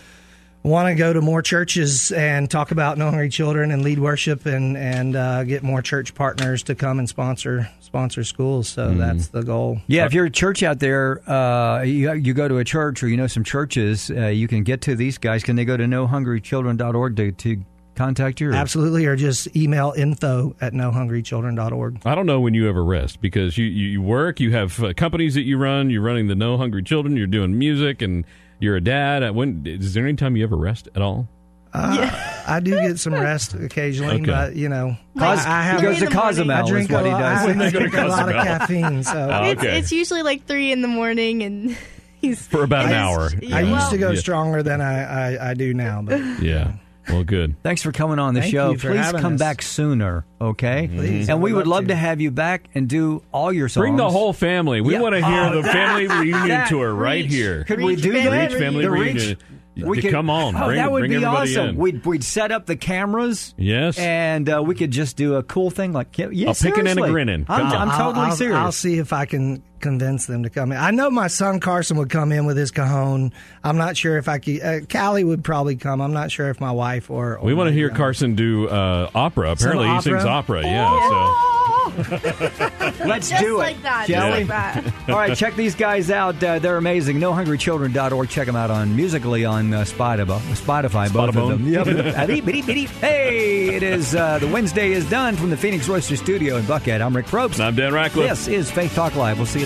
Speaker 8: want to go to more churches and talk about no hungry children and lead worship and and uh, get more church partners to come and sponsor sponsor schools. So that's the goal.
Speaker 4: Mm-hmm. Yeah, if you're a church out there, uh, you, you go to a church or you know some churches, uh, you can get to these guys. Can they go to nohungrychildren.org to, to contact you? or-
Speaker 8: Absolutely, or just email info at nohungrychildren.org.
Speaker 3: I don't know when you ever rest because you, you, you work, you have uh, companies that you run, you're running the No Hungry Children, you're doing music, and you're a dad. Uh, When is there any time you ever rest at all?
Speaker 8: Uh, I do get some rest occasionally,
Speaker 3: Okay.
Speaker 8: but you know,
Speaker 4: Cos-
Speaker 8: I, I have
Speaker 4: he goes
Speaker 8: I
Speaker 4: to Cozumel is
Speaker 8: drink
Speaker 4: what
Speaker 8: a
Speaker 4: he
Speaker 8: lot-
Speaker 4: does.
Speaker 8: [LAUGHS] I,
Speaker 4: When they go to
Speaker 8: drink a lot of
Speaker 4: Cozumel. [LAUGHS]
Speaker 8: caffeine, so
Speaker 3: Oh,
Speaker 9: It's, it's usually like three in the morning, and [LAUGHS] he's
Speaker 3: For about an
Speaker 9: I-
Speaker 3: hour.
Speaker 9: yeah.
Speaker 8: I used to go
Speaker 3: Yeah.
Speaker 8: stronger than I, I, I do now, but
Speaker 3: Yeah. Well, good.
Speaker 4: Thanks for coming on the
Speaker 8: Thank
Speaker 4: show.
Speaker 8: you for
Speaker 4: Please
Speaker 8: having
Speaker 4: come
Speaker 8: us.
Speaker 4: back sooner, okay?
Speaker 8: Please,
Speaker 4: And
Speaker 8: I
Speaker 4: we
Speaker 8: would
Speaker 4: would
Speaker 8: love
Speaker 4: love to. have you back and do all your songs.
Speaker 3: Bring the whole family. We
Speaker 4: Yeah.
Speaker 3: want to hear
Speaker 4: Oh,
Speaker 3: the
Speaker 4: that-
Speaker 3: family reunion
Speaker 4: that-
Speaker 3: tour right here.
Speaker 4: Could we do that?
Speaker 3: Reach family
Speaker 4: The
Speaker 3: reunion.
Speaker 4: we
Speaker 3: To
Speaker 4: could-
Speaker 3: come on.
Speaker 4: Oh,
Speaker 3: bring
Speaker 4: that would
Speaker 3: bring
Speaker 4: be
Speaker 3: everybody
Speaker 4: awesome.
Speaker 3: in.
Speaker 4: We'd we'd set up the cameras.
Speaker 3: Yes.
Speaker 4: and uh, we could just do a cool thing like yeah, yeah,
Speaker 3: A picking and a
Speaker 4: seriously.
Speaker 3: grinning.
Speaker 4: I'm,
Speaker 3: Come
Speaker 4: I'm
Speaker 3: on.
Speaker 4: totally
Speaker 8: I'll,
Speaker 4: serious.
Speaker 8: I'll see if I can convince them to come in. I know my son Carson would come in with his cajon. I'm not sure if I could. Uh, Callie would probably come. I'm not sure if my wife or, or
Speaker 3: we want to hear Carson do uh, opera.
Speaker 8: Some
Speaker 3: Apparently, he sings
Speaker 8: opera?
Speaker 3: opera. Yeah. So.
Speaker 9: Oh. [LAUGHS]
Speaker 4: Let's
Speaker 9: Just
Speaker 4: do it.
Speaker 9: like that,
Speaker 4: shall
Speaker 9: just
Speaker 4: we?
Speaker 9: like that.
Speaker 4: All right, check these guys out. Uh, they're amazing. NoHungryChildren.org. Check them out on musically on uh, Spotify. Spotify, both of them. Yep. Adee, bidee, bidee. hey, it is uh, the Wednesday is done from the Phoenix Roaster Studio in Buckhead. I'm Rick Probst.
Speaker 3: I'm Dan Ratcliffe.
Speaker 4: This is Faith Talk Live. We'll see you